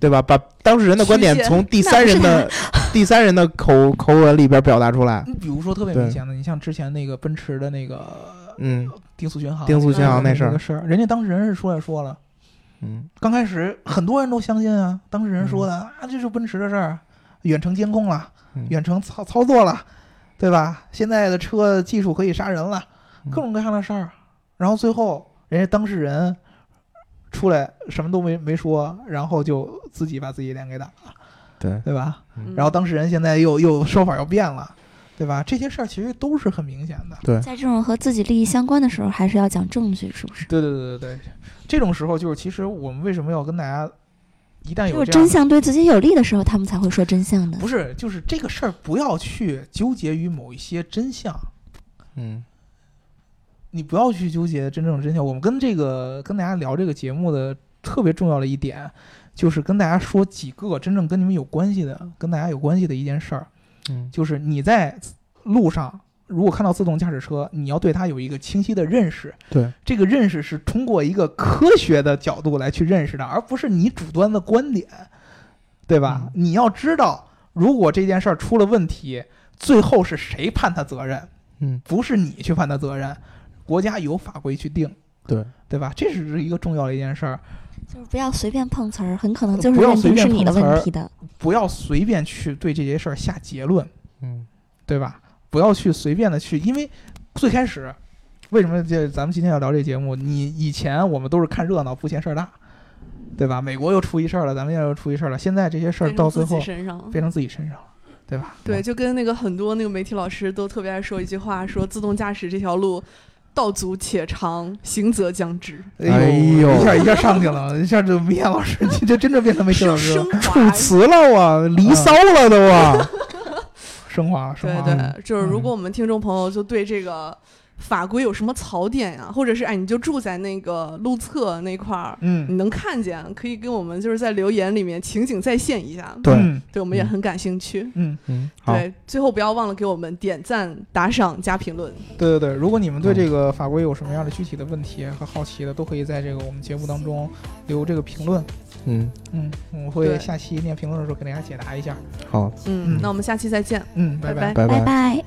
Speaker 2: 对吧？把当事人的观点
Speaker 1: 曲线
Speaker 2: 从第三人的 [LAUGHS] 第三人的口口吻里边表达出来。
Speaker 3: 你比如说特别
Speaker 2: 对
Speaker 3: 明显的，你像之前那个奔驰的那个
Speaker 2: 嗯
Speaker 3: 定速巡航，
Speaker 2: 定速
Speaker 1: 巡航
Speaker 2: 那事儿
Speaker 3: 个事儿，人家当事人是出来说了，
Speaker 2: 嗯，
Speaker 3: 刚开始很多人都相信啊，当事人说的、啊，这是奔驰的事儿，远程监控了，
Speaker 2: 嗯
Speaker 3: 远程操操作了，对吧？现在的车技术可以杀人了，
Speaker 2: 嗯
Speaker 3: 各种各样的事儿。然后最后人家当事人出来什么都没没说，然后就自己把自己脸给打了，
Speaker 2: 对，
Speaker 3: 对吧？
Speaker 1: 嗯
Speaker 3: 然后当事人现在又又说法又变了，对吧？这些事儿其实都是很明显的。
Speaker 4: 在这种和自己利益相关的时候，还是要讲证据，是不是？
Speaker 3: 对对对对对，这种时候就是其实我们为什么要跟大家一旦
Speaker 4: 只
Speaker 3: 有
Speaker 4: 有
Speaker 3: 这样
Speaker 4: 真
Speaker 3: 的
Speaker 4: 相对自己有利的时候，他们才会说真相的。
Speaker 3: 不是，就是这个事儿，不要去纠结于某一些真相，
Speaker 2: 嗯
Speaker 3: 你不要去纠结真正的真相。我们跟这个跟大家聊这个节目的特别重要的一点，就是跟大家说几个真正跟你们有关系的、跟大家有关系的一件事儿，
Speaker 2: 嗯
Speaker 3: 就是你在路上如果看到自动驾驶车，你要对它有一个清晰的认识。
Speaker 2: 对，
Speaker 3: 这个认识是通过一个科学的角度来去认识的，而不是你主观的观点，对
Speaker 2: 嗯
Speaker 3: 吧？你要知道，如果这件事儿出了问题，最后是谁判他责任，
Speaker 2: 嗯，
Speaker 3: 不是你去判他责任，国家有法规去定，
Speaker 2: 对
Speaker 3: 对吧？这是一个重要的一件事儿，
Speaker 4: 就是不要随便碰瓷儿，很可能就是
Speaker 3: 呃不要
Speaker 4: 认
Speaker 3: 随
Speaker 4: 定
Speaker 3: 便
Speaker 4: 是你的
Speaker 3: 碰瓷儿
Speaker 4: 问题的。
Speaker 3: 不要随便去对这些事儿下结论，
Speaker 2: 嗯
Speaker 3: 对吧？不要去随便的去，因为最开始为什么这咱们今天要聊这节目？你以前我们都是看热闹不嫌事儿大，对吧？美国又出一事儿了，咱们又出一事儿了，现在这些事儿
Speaker 1: 变成
Speaker 3: 到
Speaker 1: 自
Speaker 3: 最
Speaker 1: 己
Speaker 3: 后
Speaker 1: 身上，
Speaker 3: 变成自己身上了，对吧？
Speaker 1: 对，就跟那个很多那个媒体老师都特别爱说一句话，说自动驾驶这条路道阻且长，行则将至，
Speaker 2: 哎呦
Speaker 3: 一下一下上去了， [LAUGHS] 一下就米娅老师，你这真正变成没事老
Speaker 1: 升
Speaker 3: 师
Speaker 1: 升，
Speaker 3: 了 [LAUGHS]
Speaker 2: 处
Speaker 1: 华。
Speaker 2: 辞了啊，离骚了都啊，
Speaker 3: 升华了，升
Speaker 1: 对
Speaker 3: 华了。
Speaker 1: 对，就是如果我们听众朋友就对这个法规有什么槽点呀、或者是哎你就住在那个路侧那块儿，你
Speaker 3: 嗯，
Speaker 1: 能看见，可以跟我们就是在留言里面情景再现一下，
Speaker 2: 对，
Speaker 3: 嗯
Speaker 1: 对我们也
Speaker 2: 嗯
Speaker 1: 很感兴趣。
Speaker 3: 嗯，
Speaker 2: 嗯，好，
Speaker 1: 对，最后不要忘了给我们点赞、打赏、加评论。
Speaker 3: 对对对，如果你们对这个法规有什么样的具体的问题和好奇的，都可以在这个我们节目当中留这个评论。
Speaker 2: 嗯，
Speaker 3: 嗯，我会
Speaker 1: 对
Speaker 3: 下期念评论的时候给大家解答一下。
Speaker 2: 好，
Speaker 1: 嗯
Speaker 3: 嗯，
Speaker 1: 那我们下期再见，
Speaker 3: 嗯，拜
Speaker 1: 拜。
Speaker 2: 拜
Speaker 4: 拜拜。